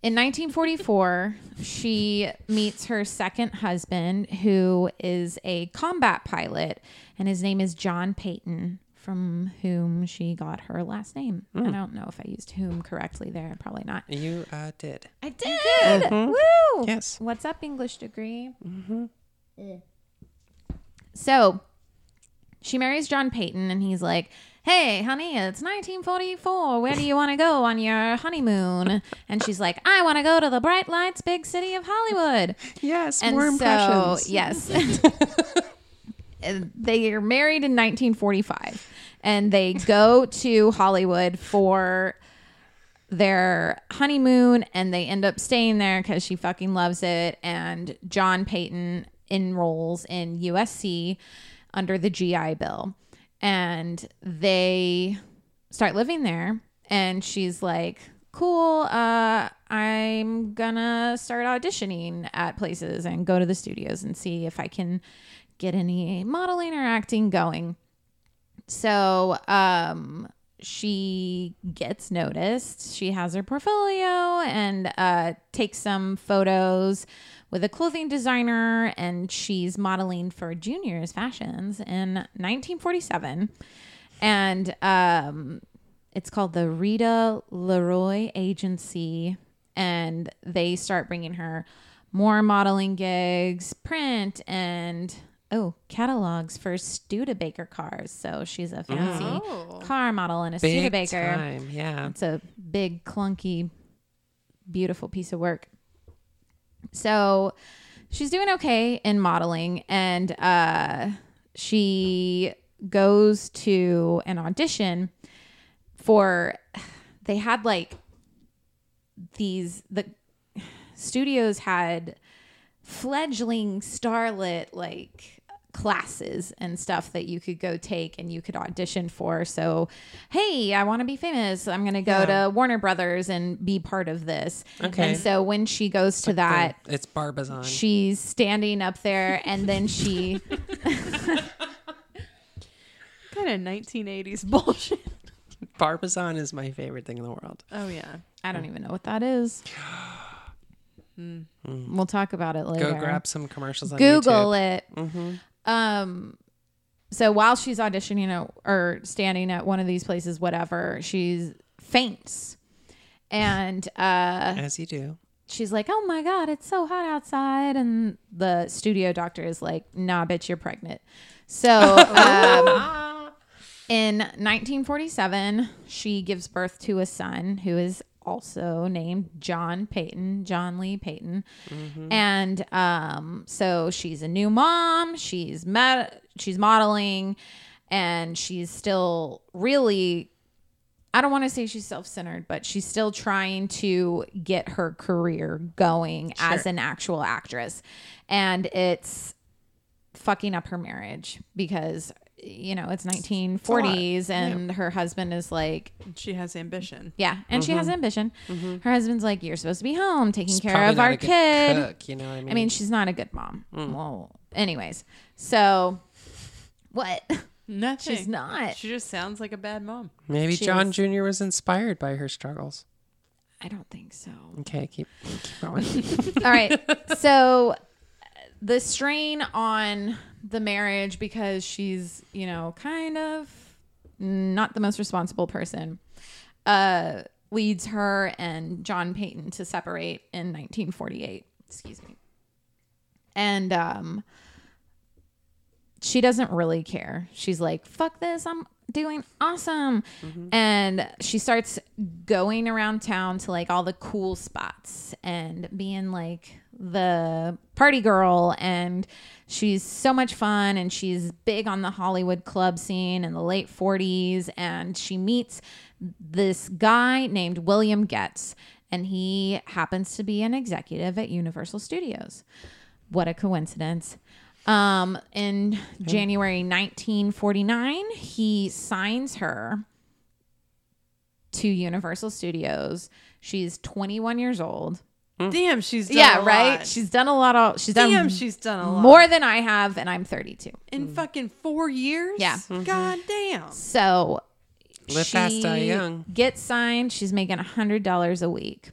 In 1944, she meets her second husband, who is a combat pilot, and his name is John Payton, from whom she got her last name. I don't know if I used whom correctly there. Probably not.
You uh, did.
I did. Woo!
Yes.
What's up, English degree? Mm. So she marries John Payton, and he's like, Hey, honey, it's 1944. Where do you want to go on your honeymoon? And she's like, I want to go to the bright lights, big city of Hollywood.
Yes,
And so, yes. [laughs] And they are married in 1945 and they go to Hollywood for their honeymoon and they end up staying there because she fucking loves it. And John Payton enrolls in USC under the GI Bill and they start living there. And she's like, cool, uh, I'm gonna start auditioning at places and go to the studios and see if I can get any modeling or acting going. So um, she gets noticed. She has her portfolio and uh, takes some photos with a clothing designer, and she's modeling for Junior's Fashions in 1947. And um, It's called the Rita Leroy Agency, and they start bringing her more modeling gigs, print, and oh, catalogs for Studebaker cars. So she's a fancy
Oh.
car model and a
Big
Studebaker.
time. Yeah.
It's a big, clunky, beautiful piece of work. So she's doing okay in modeling, and uh, she goes to an audition for. They had like these, the studios had fledgling starlet like classes and stuff that you could go take and you could audition for. So, hey, I want to be famous. I'm going to go to Warner Brothers and be part of this.
Okay.
And so when she goes to that,
It's Barbizon.
she's standing up there and then she [laughs]
Kind of
[laughs]
1980s bullshit.
Barbizon is my favorite thing in the world.
Oh yeah.
I don't even know what
[gasps]
that is. We'll talk about it later.
Hmm. Go grab some commercials on
Google
YouTube. Mm-hmm.
it. Um, so while she's auditioning or, or standing at one of these places, whatever, she's faints, and uh,
As you do.
she's like, "Oh my god, it's so hot outside!" And the studio doctor is like, "Nah, bitch, you're pregnant." So um, in 1947, she gives birth to a son who is also named John Payton, John Lee Payton, and um, so she's a new mom. She's met. She's modeling. And she's still really I don't want to say she's self centered, but she's still trying to get her career going as an actual actress. And it's fucking up her marriage because, you know, it's 1940s and her husband is like,
She has ambition.
yeah, and she has ambition. Her husband's like, you're supposed to be home taking
Mm-hmm. She's
care
probably
of
not
our
a good
kid.
cook, Mm. you know what I mean?
I mean, she's not a good mom. Well, anyways, so what? [laughs]
Nothing.
She's not.
She just sounds like a bad mom.
Maybe
she
John
was-
Jr. was inspired by her struggles.
I don't think so.
Okay, keep, keep
[laughs]
going.
All right. So the strain on the marriage because she's, you know, kind of not the most responsible person uh leads her and John Payton to separate in 1948. Excuse me. And um she doesn't really care. She's like, fuck this, I'm doing awesome. And she starts going around town to like all the cool spots and being like the party girl. And she's so much fun and she's big on the Hollywood club scene in the late 40s. And she meets this guy named William Getz. And he happens to be an executive at Universal Studios. What a coincidence. Um, in January 1949, he signs her to Universal Studios. She's 21 years old.
Damn, she's done
yeah,
a
right.
lot.
She's done a lot. Of, she's done
Damn, she's done a lot.
more than I have, and I'm 32.
in fucking four years.
Yeah.
God damn.
So
Live fast, die young.
Gets signed. She's making hundred dollars a week.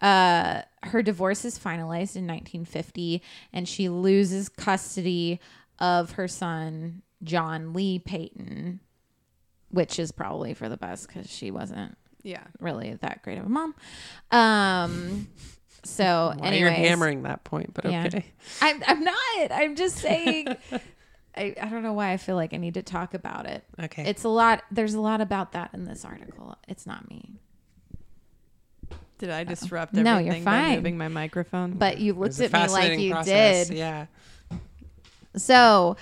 Uh, her divorce is finalized in 1950, and she loses custody of her son John Lee Payton, which is probably for the best because she wasn't
Yeah.
really that great of a mom. Um, so
Why
anyway,
you're hammering that point, but
Yeah.
okay.
I'm, I'm not. I'm just saying. [laughs] I, I don't know why I feel like I need to talk about it.
Okay.
It's a lot. There's a lot about that in this article. It's not me.
Did I disrupt
No, you're
everything by
fine.
moving my microphone?
But you
It's
looked
a
at me like
fascinating
you
process.
did.
Yeah.
So,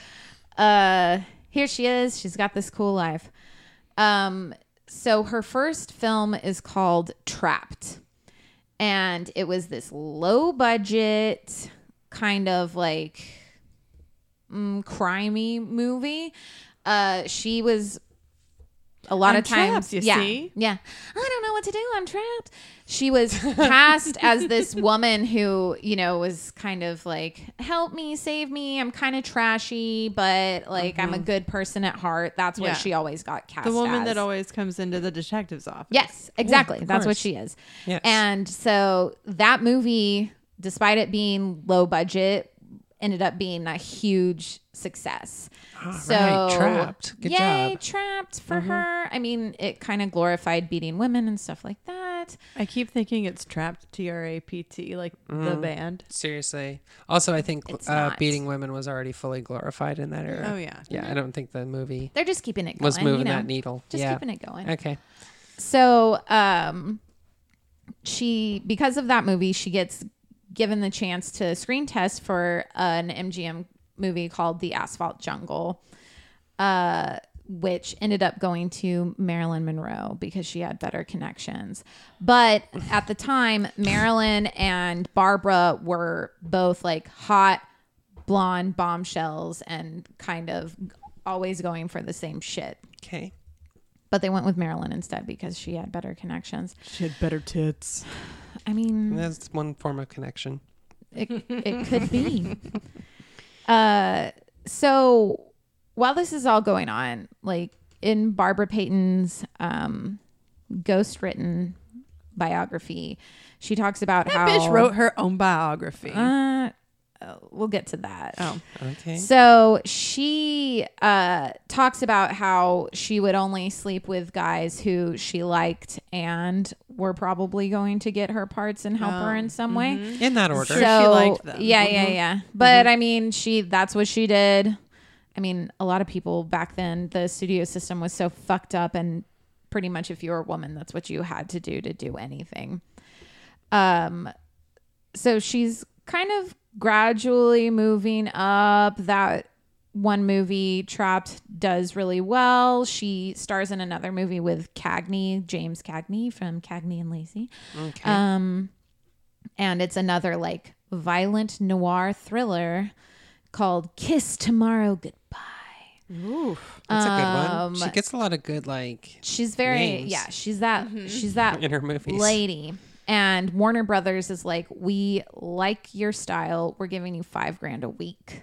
uh, here she is. She's got this cool life. Um, so her first film is called Trapped, and it was this low budget kind of like mm, crimey movie. Uh, she was a lot
I'm
of times,
trapped, you
yeah,
see?
yeah. I don't know what to do. I'm trapped. She was cast
[laughs]
as this woman who, you know, was kind of like, "Help me, save me. I'm kind of trashy, but like I'm a good person at heart." That's what
Mm-hmm. Yeah.
she always got cast.
the woman
as.
that always comes into the detective's office.
Yes, exactly.
of
That's what
course.
she is.
Yes.
And so that movie, despite it being low budget, ended up being a huge success. so
right, Trapped. Good
yay,
job. Mm-hmm.
trapped for her. I mean, it kind of glorified beating women and stuff like that.
I keep thinking it's trapped T R A P T, like the band.
Seriously. Also, I think
It's
uh,
not.
beating women was already fully glorified in that era.
Oh yeah.
Yeah, I don't think the movie
They're just keeping it going.
was moving
you know?
that needle.
Just
yeah.
keeping it going.
Okay.
So, um, she because of that movie, she gets given the chance to screen test for an MGM movie called The Asphalt Jungle, uh, which ended up going to Marilyn Monroe because she had better connections. But at the time, Marilyn and Barbara were both like hot blonde bombshells and kind of always going for the same shit
Okay.
but they went with Marilyn instead because she had better connections.
She had better tits.
I mean,
That's one form of connection.
it, it
[laughs]
could be. Uh, so while this is all going on, like in Barbara Payton's um, ghost written biography, she talks about
That
how
bitch wrote her own biography.
Uh, oh, we'll get to that.
oh.
Okay.
So she uh, talks about how she would only sleep with guys who she liked and were probably going to get her parts and help her
Oh,
in some
mm-hmm.
way.
In that order.
Sure, she liked them. Mm-hmm.
yeah, yeah, yeah. But I mean, she—that's what she did. I mean, a lot of people back then, the studio system was so fucked up, and pretty much if you were a woman, that's what you had to do to do anything. Um, so she's kind of gradually moving up that one movie trapped does really well she stars in another movie with cagney james cagney from cagney and lacey
Okay.
um and it's another like violent noir thriller called kiss tomorrow goodbye
That's a good one.
um,
She gets a lot of good, like, [laughs]
she's very
Names.
yeah she's that she's that
in her movies.
lady. And Warner Brothers is like, we like your style. We're giving you five grand a week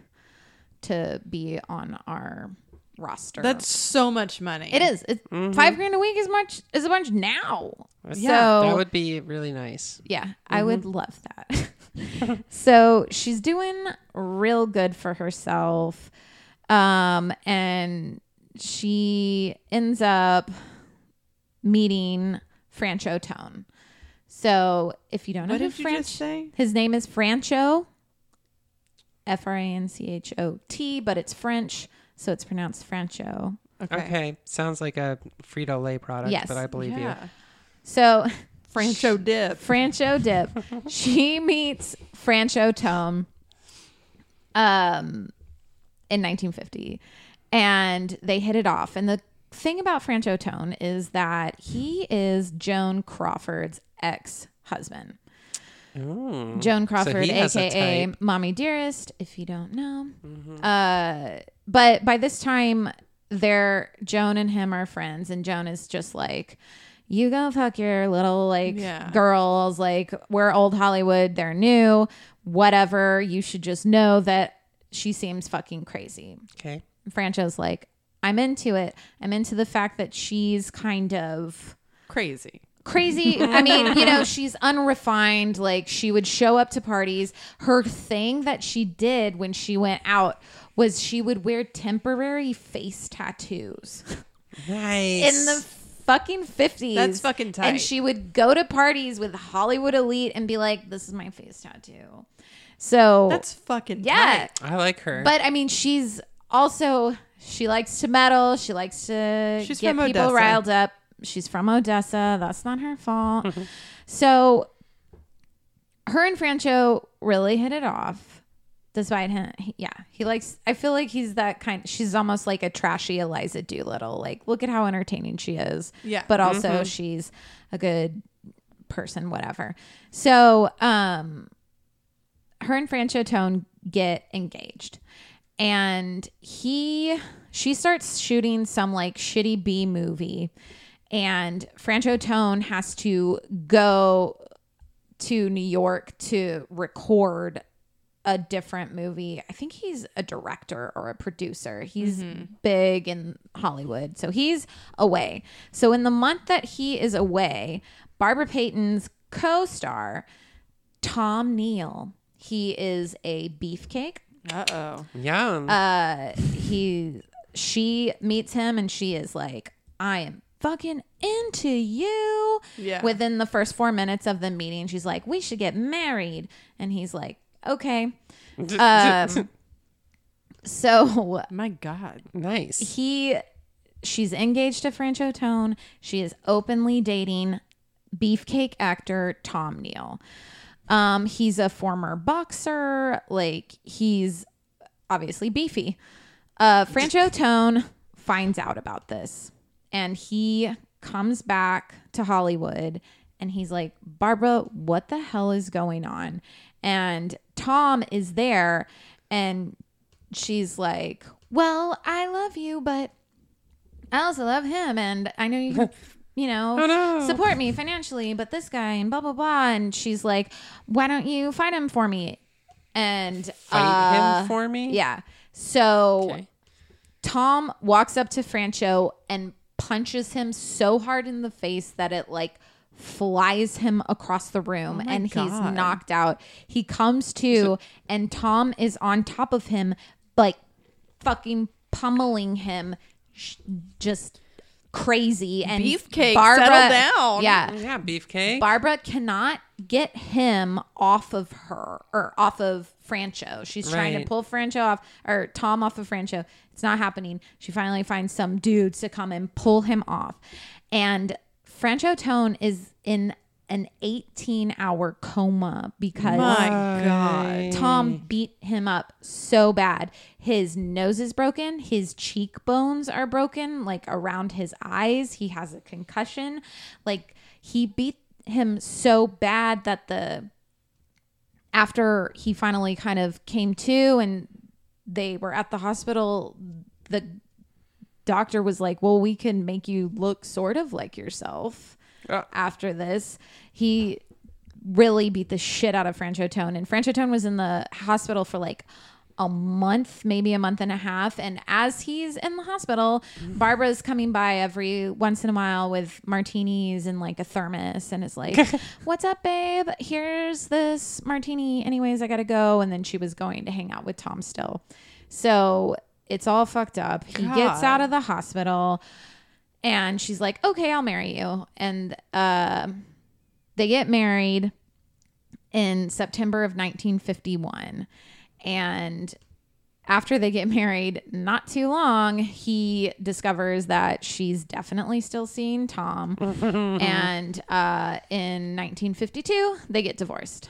to be on our roster.
That's so much money.
it is. It's five grand a week is much is a bunch now.
Mm-hmm. Yeah,
so
that would be really nice.
yeah,
Mm-hmm.
I would love that. [laughs] so she's doing real good for herself. Um, and she ends up meeting Francho Tone. So if you don't know
What
who
did you
Franch-
just say?
his name is Francho. F R A N C H O T, but it's French, so it's pronounced Francho.
Okay. Sounds like a Frito Lay product,
Yes.
but I believe
Yeah.
So
Francho dip.
[laughs]
Francho Dip. she meets Francho Tome um, in 1950, and they hit it off. And the thing about Francho Tone is that he is Joan Crawford's ex husband.
you. Ooh.
Joan Crawford,
he has a
aka
type. Mm-hmm.
Mommy Dearest, if you don't know. Uh, but by this time, they're Joan and him are friends, and Joan is just like, "You go fuck your little like
Yeah.
girls. Like we're old Hollywood, they're new. Whatever. You should just know that she seems fucking crazy."
Okay.
Francho's like, "I'm into it. I'm into the fact that she's kind of."
Crazy.
crazy. I mean, you know, she's unrefined. Like she would show up to parties. Her thing that she did when she went out was she would wear temporary face tattoos
Nice.
in the fucking 50s.
That's fucking tight.
And she would go to parties with Hollywood elite and be like, "This is my face tattoo." So
That's fucking
yeah.
tight.
I like her.
But I mean, she's also she likes to meddle. She likes to
She's
get
from
people
Odessa.
riled up. She's from Odessa. That's not
[laughs]
her fault. so her and Francho really hit it off. Despite him, he- yeah, he likes. I feel like he's that kind. She's almost like a trashy Eliza Doolittle. Like, look at how entertaining she is.
Yeah.
but also she's a good person, whatever. So, um, her and Francho Tone get engaged. And he she starts shooting some like shitty B movie and Francho Tone has to go to New York to record a different movie. I think he's a director or a producer. He's big in Hollywood. So he's away. So in the month that he is away, Barbara Payton's co-star Tom Neal. He is a beefcake.
Uh oh.
Yeah. [laughs]
uh he she meets him and she is like i am fucking into you
Yeah.
within the first four minutes of the meeting she's like we should get married and he's like okay um, so
My God.
nice.
he she's engaged to Franchotone. She is openly dating beefcake actor Tom Neal. Um, he's a former boxer, like he's obviously beefy. Uh Franchotone finds out about this and he comes back to Hollywood and he's like, Barbara, what the hell is going on? And Tom is there and she's like, Well, I love you, but I also love him, and I know
[laughs]
you, can, you know,
Oh,
support me financially, but this guy and blah blah blah. And she's like, "Why don't you fight him for me?" And
Fight
uh,
him for me.
yeah. So
Okay.
Tom walks up to Francho and punches him so hard in the face that it like flies him across the room and he's
Oh God.
knocked out. He comes to and Tom is on top of him like fucking pummeling him sh- just crazy and
Beefcake, settle down.
Yeah.
Oh, Yeah, beefcake.
Barbara cannot get him off of her or off of Francho. She's trying to
Right.
pull Francho off or Tom off of Francho. It's not happening. She finally finds some dudes to come and pull him off. And Francho Tone is in an 18 hour coma because
My God.
Tom beat him up so bad. His nose is broken. His cheekbones are broken, like around his eyes. He has a concussion. Like he beat him so bad that the after he finally kind of came to and they were at the hospital, the doctor was like, Well, we can make you look sort of like yourself
Ah.
after this. He really beat the shit out of Franchotone. And Franchotone was in the hospital for like a month, maybe a month and a half. And as he's in the hospital, Barbara's coming by every once in a while with martinis and like a thermos and is like, What's up, babe? Here's this martini. Anyways, I got to go. And then she was going to hang out with Tom still. So it's all fucked up. He gets
God.
out of the hospital and she's like, "Okay, I'll marry you." And um they get married in September of 1951. And after they get married, not too long, he discovers that she's definitely still seeing Tom. and uh, in 1952, they get divorced.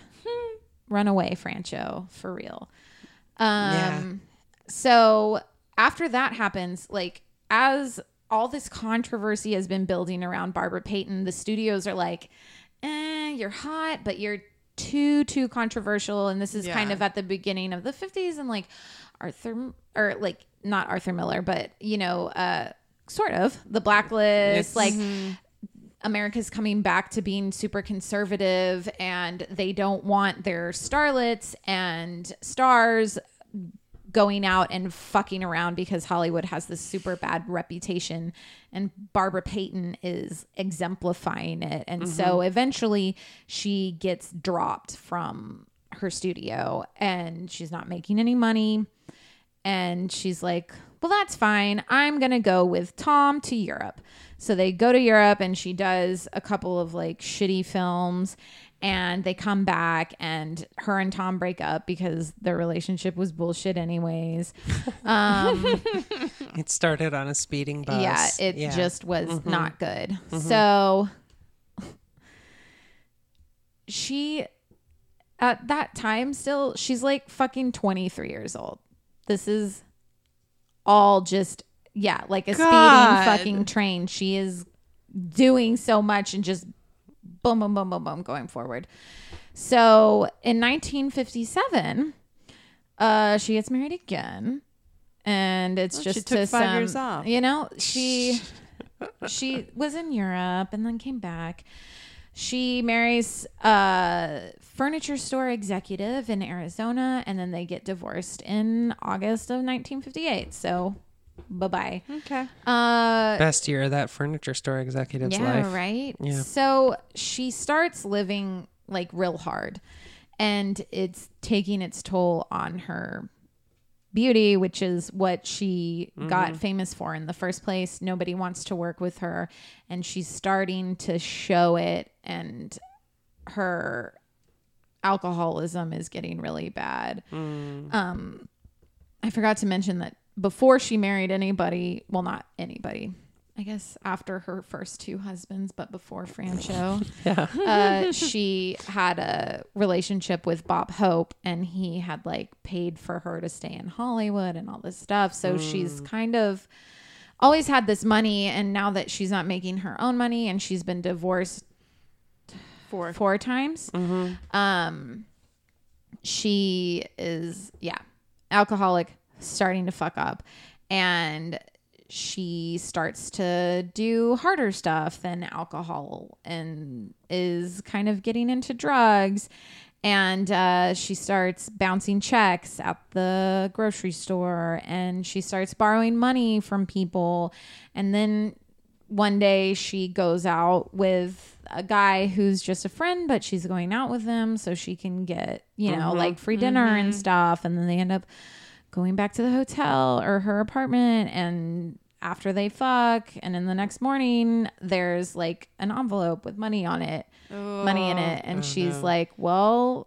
Run away, Francho, for real. Um, so after that happens, like as all this controversy has been building around Barbara Payton, the studios are like, eh, you're hot, but you're too too controversial. And this is kind
Yeah.
of at the beginning of the fifties and like Arthur or like not Arthur Miller, but you know, uh sort of the
It's-
blacklist, like America's coming back to being super conservative and they don't want their starlets and stars going out and fucking around because Hollywood has this super bad reputation and Barbara Payton is exemplifying it. And so eventually she gets dropped from her studio and she's not making any money. And she's like, well, that's fine. I'm going to go with Tom to Europe. So they go to Europe and she does a couple of like shitty films and they come back and her and Tom break up because their relationship was bullshit anyways. Um,
It started on a speeding bus.
Yeah, it just was not good. So [laughs] she at that time still she's like fucking 23 years old. This is all just yeah, like a
God.
speeding fucking train. She is doing so much and just boom boom boom boom boom going forward. So, in 1957, uh she gets married again and it's
Well, Oh, she
just
took
to
five
some-
years off. [laughs]
You know, she she was in Europe and then came back. She marries a furniture store executive in Arizona, and then they get divorced in August of 1958. So, bye bye.
Okay.
Uh,
best year of that furniture store executive's
yeah,
life.
right?
Yeah.
So she starts living like real hard and it's taking its toll on her beauty, which is what she
Mm-hmm.
got famous for in the first place. Nobody wants to work with her, and she's starting to show it, and her alcoholism is getting really bad. Um,
Mm.
I forgot to mention that before she married anybody, well, not anybody. I guess after her first two husbands, but before Franco, uh, she had a relationship with Bob Hope, and he had like paid for her to stay in Hollywood and all this stuff. So she's kind of always had this money, and now that she's not making her own money and she's been divorced
Four.
four times, um, she is yeah alcoholic, starting to fuck up, and she starts to do harder stuff than alcohol and is kind of getting into drugs. And uh, she starts bouncing checks at the grocery store and she starts borrowing money from people. And then one day she goes out with a guy who's just a friend, but she's going out with him so she can get, you know, like free dinner and stuff. And then they end up going back to the hotel or her apartment and after they fuck and then the next morning there's like an envelope with money on it money in it and she's like well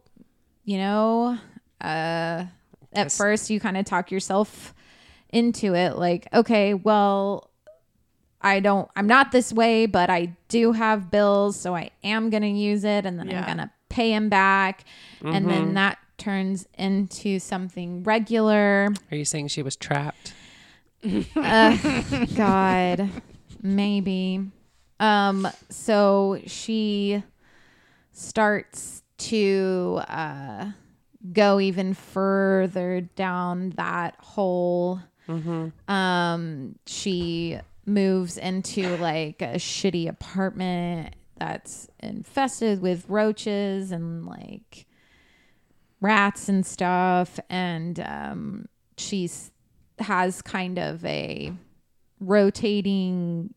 you know uh at first you kind of talk yourself into it like okay well I don't I'm not this way, but I do have bills, so I am gonna use it and then I'm
Yeah.
gonna pay him back. And then that turns into something regular. Uh,
Are you saying she was trapped?
God, maybe. Um, so she starts to uh, go even further down that hole. Um, she moves into like a shitty apartment that's infested with roaches and like rats and stuff and um she's has kind of a rotating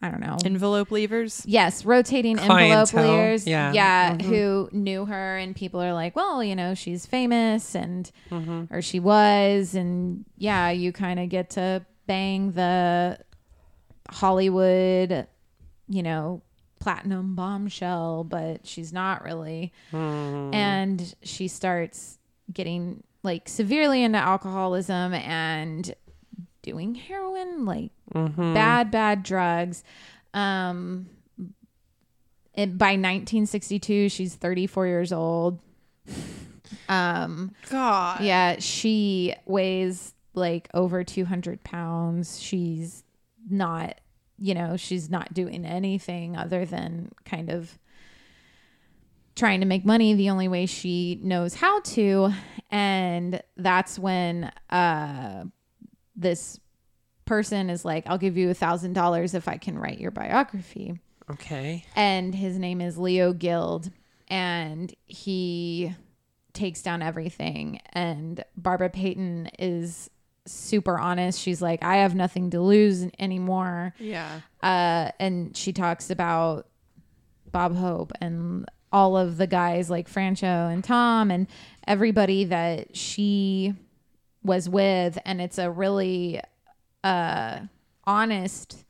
i don't know
Envelope levers.
yes rotating envelope
Clientele,
layers
yeah. Mm-hmm.
who knew her and people are like well you know she's famous and
Mm-hmm.
or she was and yeah you kind of get to bang the hollywood you know platinum bombshell but she's not really
Mm-hmm.
and she starts getting like severely into alcoholism and doing heroin like
Mm-hmm.
bad bad drugs um and by 1962 she's 34 years old um
God.
yeah she weighs like over 200 pounds she's not you know she's not doing anything other than kind of trying to make money the only way she knows how to and that's when uh this person is like i'll give you a thousand dollars if i can write your biography
Okay.
and his name is Leo Guild, and he takes down everything. And Barbara Payton is super honest. She's like, I have nothing to lose anymore.
Yeah.
Uh, and she talks about Bob Hope and all of the guys like Franco and Tom and everybody that she was with. And it's a really uh, honest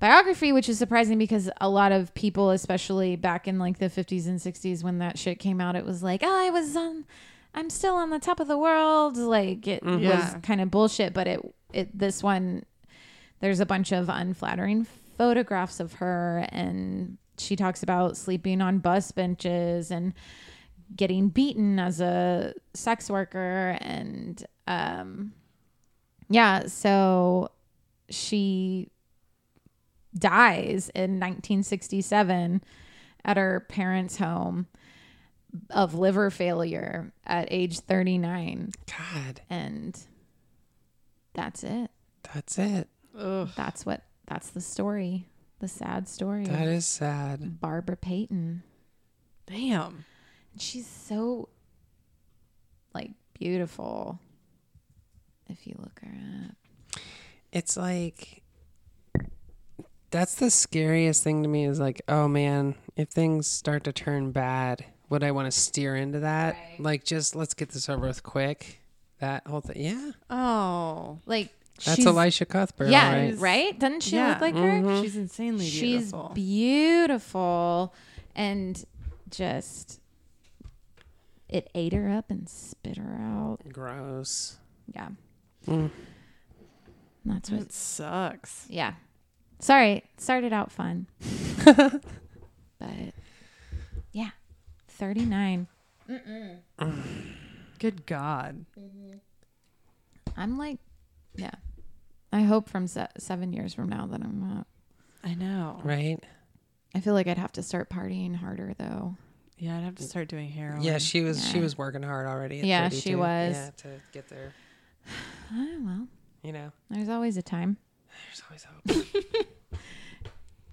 biography, which is surprising because a lot of people, especially back in like the 50s and 60s when that shit came out, it was like, oh, I was on, I'm still on the top of the world. Like it
Yeah.
was kind of bullshit. But it, it, this one, there's a bunch of unflattering photographs of her and she talks about sleeping on bus benches and getting beaten as a sex worker and um yeah so she dies in 1967 at her parents home of liver failure at age 39
God,
and that's it
that's it.
Ugh.
that's what that's the story the sad story
That
of
is sad.
barbara payton
Damn.
she's so like beautiful if you look her up
It's like that's the scariest thing to me is like, oh man, if things start to turn bad, would I want to steer into that? Like just let's get this over with quick. that whole thing. Yeah,
Oh,
Like
that's
she's,
Elisha Cuthbert.
Yeah,
all right. Mm-hmm.
right? Doesn't she
Yeah.
look like her?
she's insanely
Mm-hmm. She's
beautiful.
beautiful and just it ate her up and spit her out.
Gross.
Yeah.
Mm.
That's what
it sucks.
Yeah. Sorry, it started out
[laughs]
fun. but yeah, 39.
Good God.
I'm like, yeah. I hope from se- seven years from now that I'm not.
I know.
Right?
I feel like I'd have to start partying harder though.
Yeah, I'd have to start doing heroin.
Yeah, she was she
Yeah.
was working hard already. At
Yeah, she
32.
was.
Yeah, to get there.
Oh, well,
You know,
there's always a time.
there's always hope.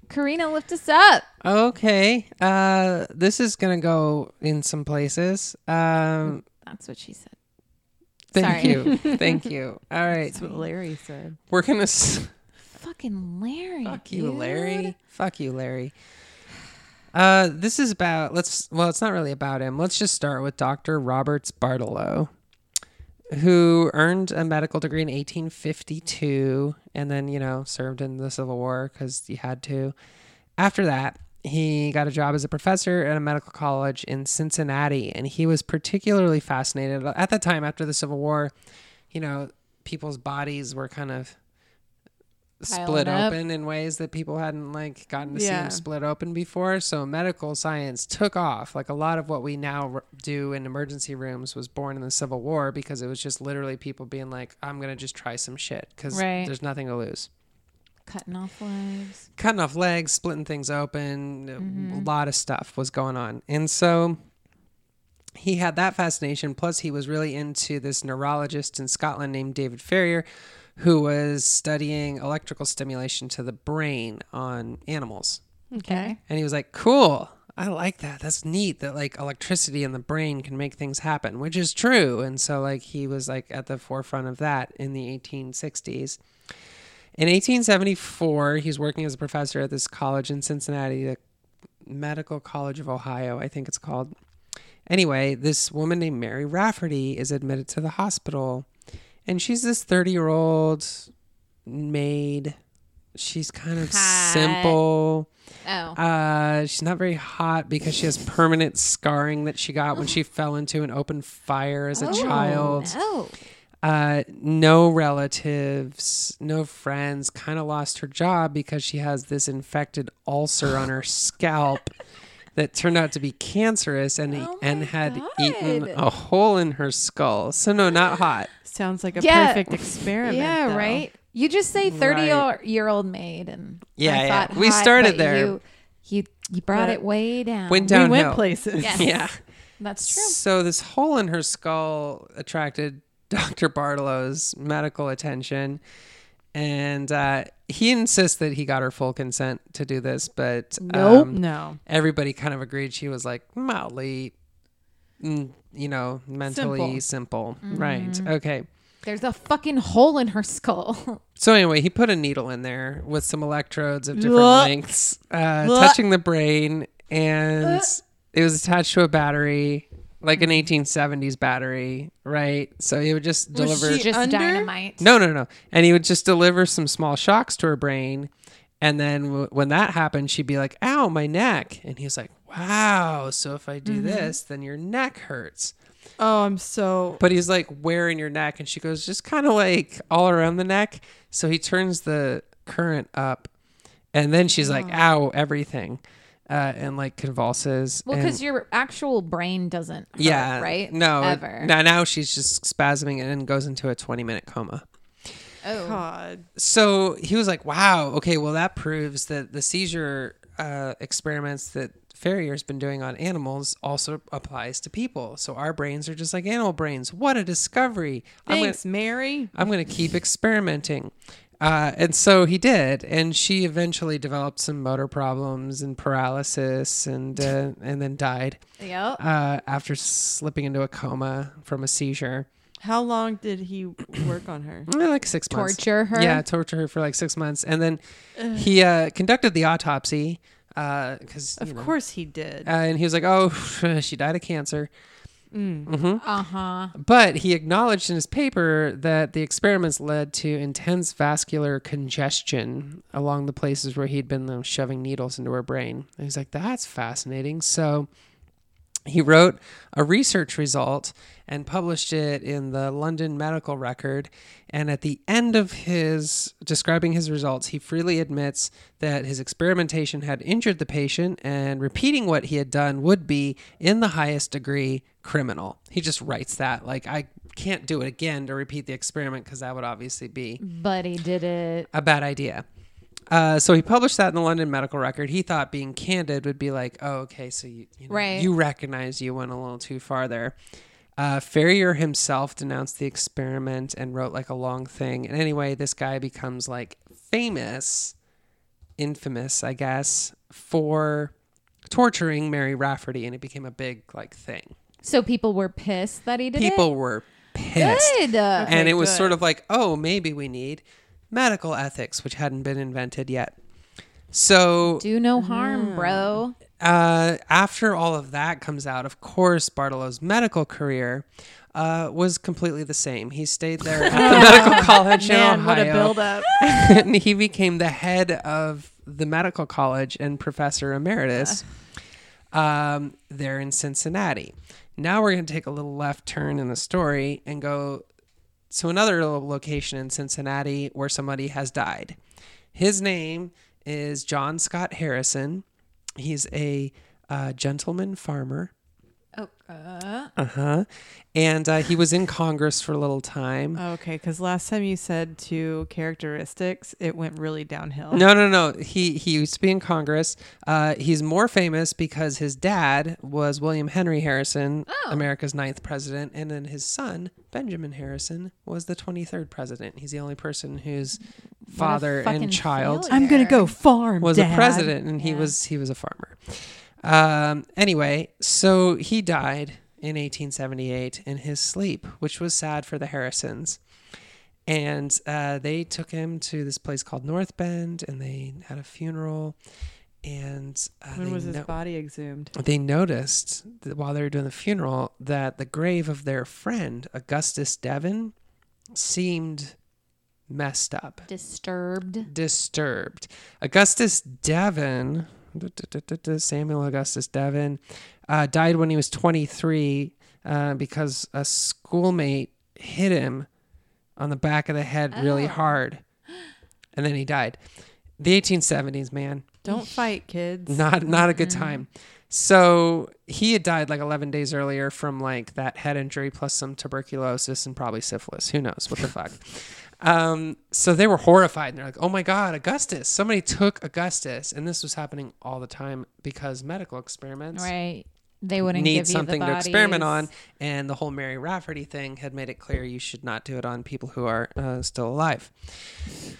Karina, lift us up.
okay, uh, this is gonna go in some places. Um,
That's what she said.
thank
Sorry. [laughs]
you, thank you. All right,
That's what Larry said.
we're gonna. S-
Fucking Larry.
Fuck you,
dude.
Larry. Fuck you, Larry. Uh, this is about let's well, it's not really about him. Let's just start with Dr. Roberts Bartolo, who earned a medical degree in 1852 and then, you know, served in the Civil War cuz he had to. After that, he got a job as a professor at a medical college in Cincinnati and he was particularly fascinated at the time after the Civil War, you know, people's bodies were kind of
Piling
split
up.
open in ways that people hadn't like gotten to see
Yeah.
them split open before. So medical science took off. Like a lot of what we now r- do in emergency rooms was born in the Civil War because it was just literally people being like, "I'm gonna just try some shit because
Right.
there's nothing to lose."
Cutting off lives.
Cutting off legs, splitting things open, a lot of stuff was going on, and so he had that fascination. Plus, he was really into this neurologist in Scotland named David Ferrier, who was studying electrical stimulation to the brain on animals.
Okay.
And he was like, cool. I like that. That's neat that like electricity in the brain can make things happen, which is true. And so like he was like at the forefront of that in the 1860s. In 1874, he's working as a professor at this college in Cincinnati, the Medical College of Ohio, I think it's called. Anyway, this woman named Mary Rafferty is admitted to the hospital, and she's this 30 year old maid. She's kind of
Hot.
simple.
Oh.
Uh, she's not very hot because she has permanent scarring that she got when she fell into an open fire as a child.
Oh.
Uh, no relatives, no friends. Kind of lost her job because she has this infected ulcer on her
[laughs]
scalp that turned out to be cancerous and
Oh
and
my
had
God.
eaten a hole in her skull. So no, not hot.
Sounds like a
Yeah.
perfect experiment.
Yeah,
though.
right. You just say thirty
Right.
year old maid, and
Yeah,
I
yeah.
thought
We
hot,
started
but
there.
You, you you brought
But
it way down.
Went
We
downhill.
went places.
[laughs]
Yes.
Yeah.
That's true.
So this hole in her skull attracted [laughs] Dr. Bartolo's medical attention, and uh, he insists that he got her full consent to do this, but
Nope.
um,
No.
everybody kind of agreed she was like mildly, mm, you know, mentally simple.
Mm-hmm.
Right. Okay.
There's a fucking hole in her skull. [laughs]
So anyway, he put a needle in there with some electrodes of different
Blah.
lengths, uh,
Blah.
touching the brain, and it was attached to a battery, like an 1870s battery, right? So he would just deliver.
she-
just
Under?
dynamite.
no, no, no, and he would just deliver some small shocks to her brain, and then w- when that happened, she'd be like, "Ow, my neck," and he was like, "Wow, so if I do
Mm-hmm.
this, then your neck hurts."
Oh, I'm so.
But he's like, where in your neck? And she goes, just kind of like all around the neck. So he turns the current up, and then she's like, ow, everything, uh, and like convulses.
Oh. Well,
and-
because your actual brain doesn't. Hurt,
yeah,
Right.
No,
Ever.
Now, now she's just spasming and then goes into a twenty-minute coma.
Oh.
God.
So he was like, wow, okay, well that proves that the seizure uh, experiments that Ferrier's been doing on animals also applies to people. So our brains are just like animal brains. What a discovery! I'm gonna-
Thanks, Mary.
I'm going to keep experimenting. Uh, and so he did, and she eventually developed some motor problems and paralysis, and uh, and then died
Yep.
uh, after slipping into a coma from a seizure.
How long did he work on her?
Eh, Like six months.
Torture her?
Yeah, torture her for like six months, and then he uh, conducted the autopsy uh, because
Of course he did.
[sighs] uh, and he was like, "Oh, she died of cancer."
Uh huh.
But he acknowledged in his paper that the experiments led to intense vascular congestion along the places where he'd been um, shoving needles into her brain. And he's like, that's fascinating. So he wrote a research result and published it in the London Medical Record. And at the end of his describing his results, he freely admits that his experimentation had injured the patient and repeating what he had done would be, in the highest degree, criminal. He just writes that. Like, I can't do it again to repeat the experiment because that would obviously be
But he did it.
a bad idea. Uh, so he published that in the London Medical Record. He thought being candid would be like, oh, okay, so you you, know,
Right.
you recognize you went a little too far there. Uh, Ferrier himself denounced the experiment and wrote like a long thing. And anyway, this guy becomes like famous, infamous, I guess, for torturing Mary Rafferty, and it became a big like thing.
So people were pissed that he did
People were
it.
pissed
[laughs]
Good. Uh,
and it was
good.
sort of like, oh, maybe we need medical ethics, which hadn't been invented yet. So
Do no harm, bro.
uh, after all of that comes out, of course, Bartolo's medical career uh, was completely the same. He stayed there
[laughs]
at the medical college in
Man, what a
Ohio,
build up.
[laughs] and he became the head of the medical college and professor emeritus um, there in Cincinnati. Now we're going to take a little left turn in the story and go to another little location in Cincinnati where somebody has died. His name is John Scott Harrison. He's a uh, gentleman farmer.
Oh, uh,
Uh huh. And uh, he was in Congress for a little time.
Okay, because last time you said two characteristics, it went really downhill.
No, no, no. He he used to be in Congress. Uh, he's more famous because his dad was William Henry Harrison, America's ninth president, and then his son Benjamin Harrison was the twenty third president. He's the only person whose father
fucking
and child
failure.
I'm gonna go farm.
was
Dad.
a president, and he was he was a farmer. Um, anyway, so he died in 1878 in his sleep, which was sad for the Harrisons. And uh, they took him to this place called North Bend, and they had a funeral. And uh,
When
they
was his
no-
body exhumed?
they noticed that while they were doing the funeral that the grave of their friend Augustus Devon seemed messed up
disturbed.
disturbed. Augustus Devon, Samuel Augustus Devon, uh, died when he was 23 uh, because a schoolmate hit him on the back of the head really hard. And then he died. The 1870s, man
Don't fight, kids.
not not a good
mm-hmm.
time. So he had died like 11 days earlier from like that head injury plus some tuberculosis and probably syphilis. Who knows what the
[laughs]
fuck? Um, so they were horrified and they're like, "Oh my god, Augustus! Somebody took Augustus!" And this was happening all the time because medical experiments
Right. They wouldn't give
need
you
something
the
to experiment on.
bodies.
And the whole Mary Rafferty thing had made it clear you should not do it on people who are uh, still alive. [laughs]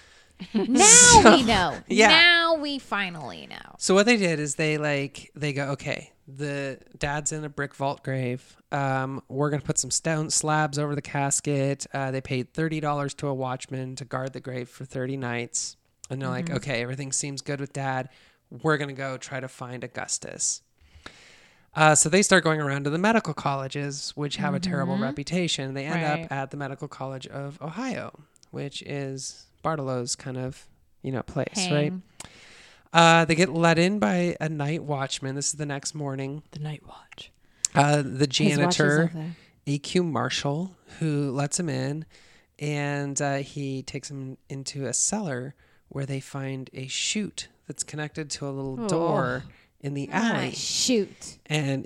Now we know.
yeah.
Now we finally know.
So what they did is they like they go okay the dad's in a brick vault grave. Um, we're gonna put some stone slabs over the casket. Uh, they paid thirty dollars to a watchman to guard the grave for thirty nights, and they're like okay everything seems good with dad. We're gonna go try to find Augustus. Uh, so they start going around to the medical colleges, which have a terrible reputation. They end
Right.
up at the Medical College of Ohio, which is Bartolo's kind of you know place, right?
Hang.
Uh, they get let in by a night watchman. This is the next morning.
The night watch.
Uh, the
His watch is
janitor,
up there.
EQ Marshall, who lets him in, and uh, he takes him into a cellar where they find a chute that's connected to a little door in the alley.
Ah, shoot.
And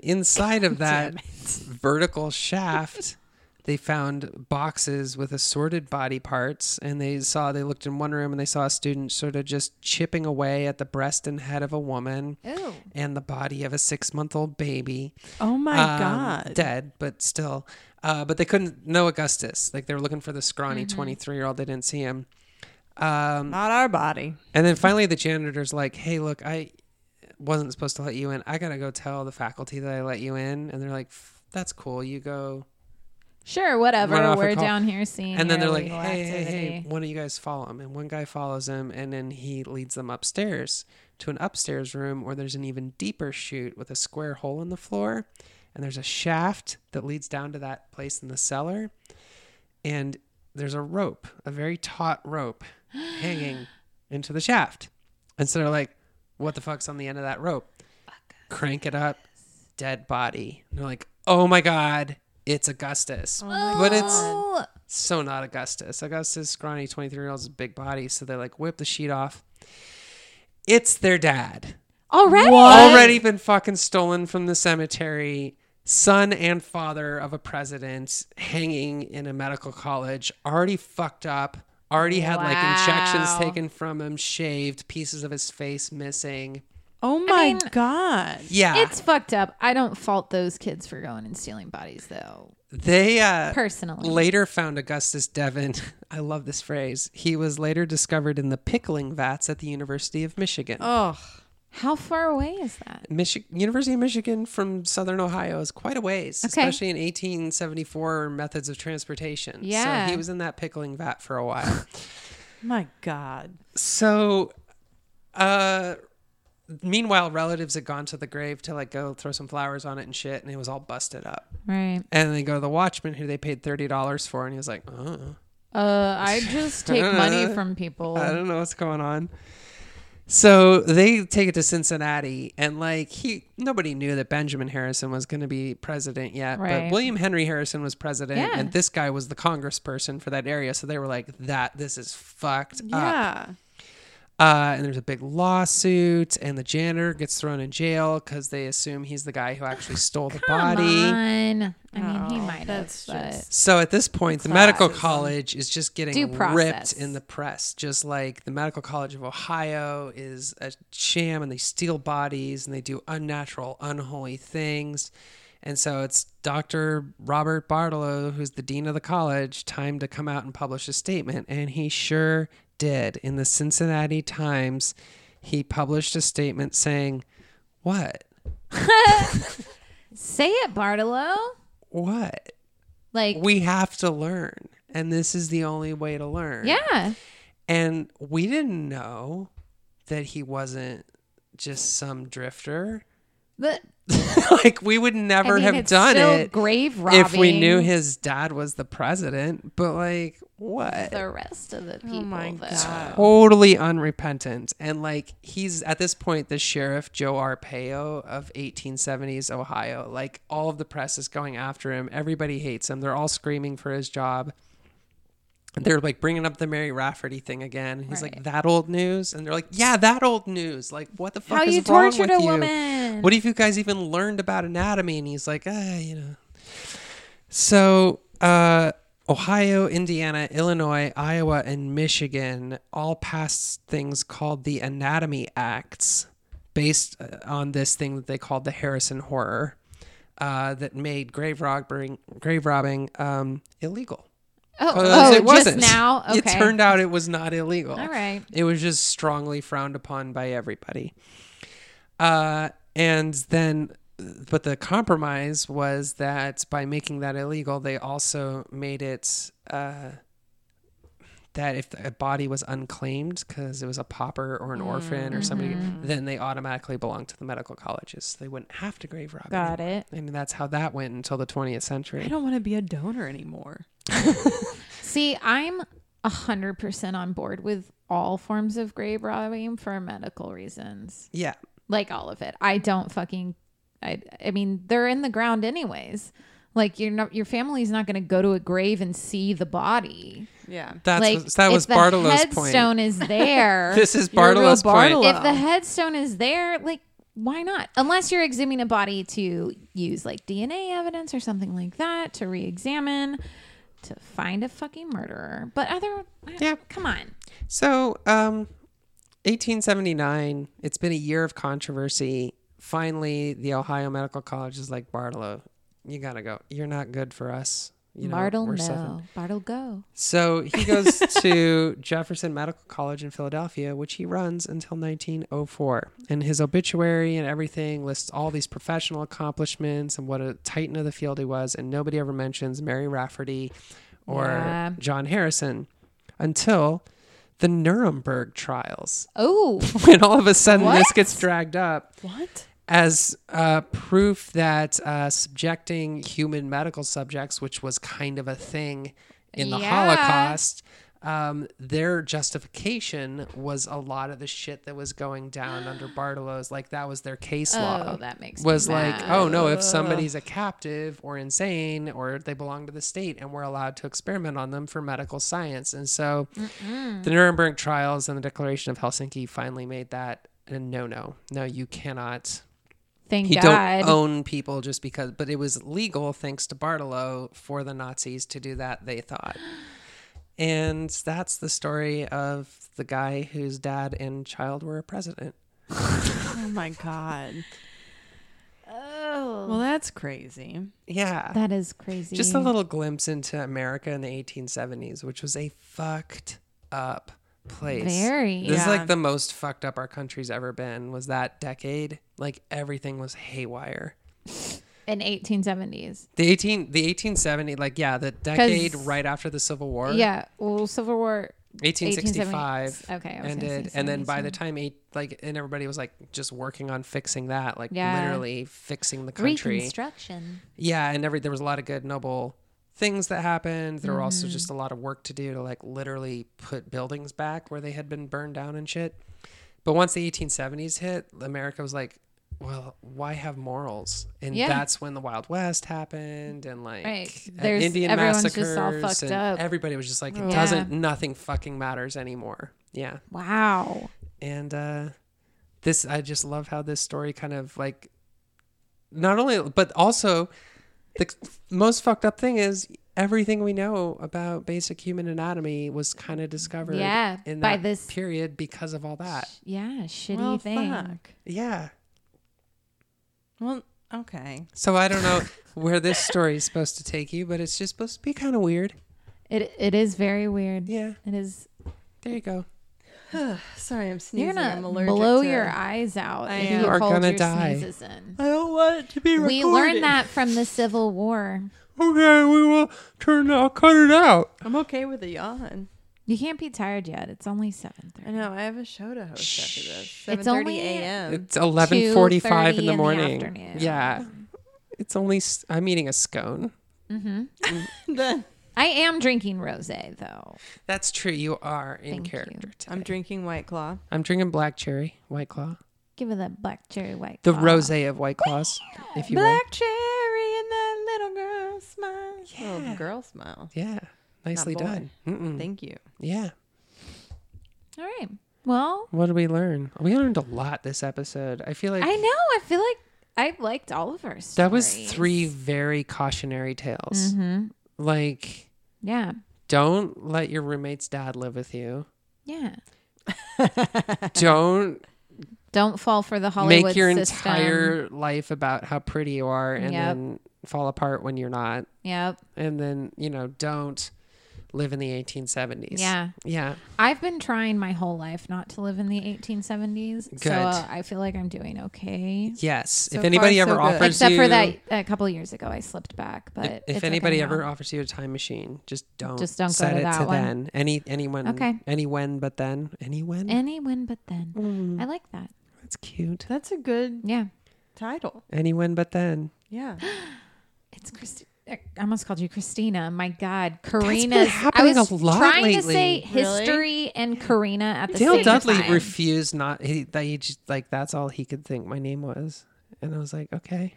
[laughs]
inside of that vertical shaft, they found boxes with assorted body parts. And they saw, they looked in one room and they saw a student sort of just chipping away at the breast and head of a woman
Ooh.
and the body of a six month old baby.
Oh my
um,
god.
Dead, but still. Uh, but they couldn't know Augustus. Like they were looking for the scrawny
Mm-hmm.
23 year old. They didn't see him. Um,
Not our body.
and then finally, the janitor's like, "Hey, look, I wasn't supposed to let you in. I gotta go tell the faculty that I let you in." And they're like, "F- "That's cool. You go."
Sure, whatever.
Went off a
We're
call.
down here seeing.
and then they're
your
like,
illegal
"Hey, hey, hey!
activity.
One of you guys follow him." And one guy follows him, and then he leads them upstairs to an upstairs room where there's an even deeper chute with a square hole in the floor. and there's a shaft that leads down to that place in the cellar, and there's a rope, a very taut rope, hanging into the shaft. And so they're like, "What the fuck's on the end of that rope?" Crank it up, dead body. And they're like, "Oh my god, it's Augustus!" but it's
Oh,
so not Augustus. Augustus, scrawny 23 year old's big body. So they like whip the sheet off. It's their dad.
already.
Already been fucking stolen from the cemetery. Son and father of a president hanging in a medical college. Already fucked up. Already had like injections
Wow.
taken from him, shaved, pieces of his face missing.
Oh my
mean,
god.
Yeah.
It's fucked up. I don't fault those kids for going and stealing bodies, though.
they uh
Personally,
later found Augustus Devon. [laughs] I love this phrase. He was later discovered in the pickling vats at the University of Michigan.
Oh,
how far away is that?
Michi- University of Michigan from Southern Ohio is quite a ways,
Okay.
especially in 1874 methods of transportation.
Yeah.
So he was in that pickling vat for a
[laughs]
while.
my god.
so, uh, meanwhile, relatives had gone to the grave to like go throw some flowers on it and shit, and it was all busted up.
Right.
And they go to the watchman who they paid $30 for, and he was like, oh.
Uh, I
[laughs]
just take money from people.
I don't know what's going on. So they take it to Cincinnati, and like he, nobody knew that Benjamin Harrison was going to be president yet.
Right.
But William Henry Harrison was president,
Yeah.
and this guy was the congressperson for that area. So they were like, "That this is fucked up."
Yeah.
Uh, and there's a big lawsuit, and the janitor gets thrown in jail because they assume he's the guy who actually stole the
Come
body.
on. I mean, he
Oh,
might have,
that's
but
just-
So at this point, the medical college is just
Due
getting
process.
ripped in the press, just like the Medical College of Ohio is a sham and they steal bodies and they do unnatural, unholy things. And so it's Dr. Robert Bartolo, who's the dean of the college, time to come out and publish a statement. And he sure did. In the Cincinnati Times, he published a statement saying, What?
[laughs] say it, Bartolo.
What?
Like,
We have to learn. And this is the only way to learn.
yeah.
And we didn't know that he wasn't just some drifter. [laughs]
But
like we would
I
never
mean,
have
it's
done
still
it
Grave robbing.
if we knew his dad was the president. But like what?
the rest of the people.
Oh my
though.
god.
Totally unrepentant. And like he's at this point the sheriff Joe Arpaio of 1870s Ohio. Like all of the press is going after him. Everybody hates him. They're all screaming for his job. They're like bringing up the Mary Rafferty thing again. He's
Right.
like that old news, and they're like, yeah, that old news. Like what the fuck
How
is
you
wrong
tortured
with
a
you?
woman.
What if you guys even learned about anatomy? And he's like, ah, you know. So, uh, Ohio, Indiana, Illinois, Iowa, and Michigan all passed things called the Anatomy Acts based uh, on this thing that they called the Harrison Horror uh, that made grave robbing, grave robbing um, illegal.
Oh,
'Cause
oh,
it wasn't.
just now. Okay.
[laughs] It turned out it was not illegal.
All right.
It was just strongly frowned upon by everybody. Uh, and then, but the compromise was that by making that illegal, they also made it uh, that if a body was unclaimed because it was a pauper or an orphan or somebody,
Mm-hmm.
then they automatically belonged to the medical colleges. So they wouldn't have to grave rob.
Got it.
And that's how that went until the 20th century.
I don't want to be a donor anymore.
See, I'm a hundred percent on board with all forms of grave robbing for medical reasons.
yeah.
Like all of it. I don't fucking. I. I mean, they're in the ground anyways. Like you're not. Your family's not going to go to a grave and see the body.
Yeah.
That's
like
was- that
if
was
the
Bartolo's point.
headstone is there.
[laughs] This is
You're a real
Bartolo's point.
Bartolo.
if the headstone is there, like why not? Unless you're exhuming a body to use like DNA evidence or something like that to re-examine to find a fucking murderer. But other
Yeah.
come on.
So, um, 1879, it's been a year of controversy. Finally, the Ohio Medical College is like, Bartolo, you got to go. You're not good for us. You know,
Bartle
we're
no.
suffering."
Bartle go.
So he goes to Jefferson Medical College in Philadelphia, which he runs until 1904. And his obituary and everything lists all these professional accomplishments and what a titan of the field he was. And nobody ever mentions Mary Rafferty or
Yeah.
John Harrison until the Nuremberg trials.
Oh.
[laughs] When all of a sudden this
What?
gets dragged up.
What?
as uh, proof that uh, subjecting human medical subjects, which was kind of a thing in the
Yeah.
Holocaust, um, their justification was a lot of the shit that was going down under Bartolo's. Like that was their case law.
Oh, that makes me
was like,
mad.
oh no, if somebody's a captive or insane or they belong to the state and we're allowed to experiment on them for medical science. And so the Nuremberg trials and the Declaration of Helsinki finally made that a no no. No, you cannot
Thank
he
God.
don't own people just because but it was legal thanks to Bartolo for the Nazis to do that, they thought. And that's the story of the guy whose dad and child were a president.
Oh my god.
oh,
Well, that's crazy.
Yeah.
that is crazy.
Just a little glimpse into America in the 1870s, which was a fucked up place.
Very.
This is
Yeah.
like the most fucked up our country's ever been. Was that decade? Like everything was haywire.
in 1870s.
The 18 the 1870 like yeah, the decade right after the Civil War.
Yeah. Well, Civil War.
1865
1870s. Okay, I was gonna
ended
say
and then by the
70s,
time eight like and everybody was like just working on fixing that like
Yeah.
literally fixing the country
Reconstruction.
yeah and every there was a lot of good noble things that happened there were
Mm-hmm.
also just a lot of work to do to like literally put buildings back where they had been burned down and shit but once the 1870s hit america was like well why have morals and
Yeah.
that's when the wild west happened and like
Right.
uh,
There's-
indian
everyone's just all
massacres
fucked
and
up.
everybody was just like it
Yeah.
doesn't nothing fucking matters anymore yeah
Wow.
and uh this i just love how this story kind of like not only but also the most fucked up thing is everything we know about basic human anatomy was kind of discovered
Yeah,
in
by
that
this-
period because of all that
Yeah. Shitty
well,
thing.
fuck.
yeah
Well, okay.
so i don't
[laughs]
know where this story is supposed to take you but it's just supposed to be kind of weird
It it is very weird.
yeah
It is.
there you go
Sorry, I'm sneezing.
You're
I'm
gonna
allergic
blow
to-
your eyes out.
I
if
am.
you
You are
hold
gonna
your
die.
Sneezes in.
[laughs] I don't want it to be
We learned that from the Civil War.
okay we will turn i'll cut it out
I'm okay with a yawn.
You can't be tired yet. It's only seven
I
thirty.
know. I have a show to host after this.
It's
7:30
only-
a.m.
It's eleven forty-five in
2:30
the
in the
morning.
afternoon.
yeah, it's only. s- I'm eating a scone.
The-
I am drinking rosé though.
That's true. You are in
Thank you.
character. today.
I'm drinking White Claw.
I'm drinking black cherry white claw,
Give it that black cherry white.
the
Claw.
rosé of white claws, if you will.
Black cherry and that little girl smile. Little girl smile.
Yeah, nicely
boy.
done. Mm-mm.
Thank you.
Yeah.
All right. Well,
What did we learn? We learned a lot this episode. I feel like
I know. I feel like I liked all of our stories. Mm-hmm.
that was three very cautionary tales. Like,
Yeah.
don't let your roommate's dad live with you.
[laughs] Yeah.
Don't
Don't fall for the Hollywood
make your
system.
entire life about how pretty you are and
Yep.
then fall apart when you're not
Yep.
and then you know don't live in the 1870s
Yeah.
yeah
I've been trying my whole life not to live in the 1870s.
Good.
So uh, I feel like I'm doing okay.
yes
So
if anybody
far,
ever
so good.
offers
Except
you
for that a couple years ago, I slipped back. But
if, if
it's okay
anybody
now.
ever offers you a time machine just don't
Just don't go
set
to
it
that
to
one.
then any anyone
Okay.
any when but then any when
any when but then, I like that.
that's cute
That's a good
Yeah,
title.
any when but then
Yeah. [gasps]
it's Christi- er, I almost called you Christina. My God, Karina's. I
happening
was
a lot
trying to
lately.
say
Really?
history and Karina at the
Dale
same
Dudley
time.
refused not he, that he just like that's all he could think my name was and I was like okay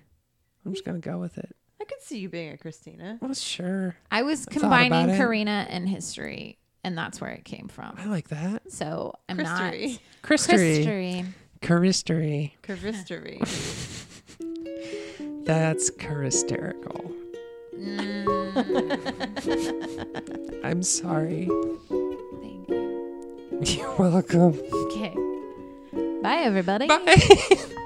I'm just gonna go with it
I could see you being a Christina.
well sure
I was
thought about
combining
it.
Karina and history, and that's where it came
I
from.
like that
So I'm
Christery.
not
Christery.
history.
Charistery.
Curvistery.
[laughs] That's charisterical.
Mm.
I'm sorry.
[laughs]
[laughs]
Thank you.
You're welcome.
Okay. Bye, everybody.
Bye.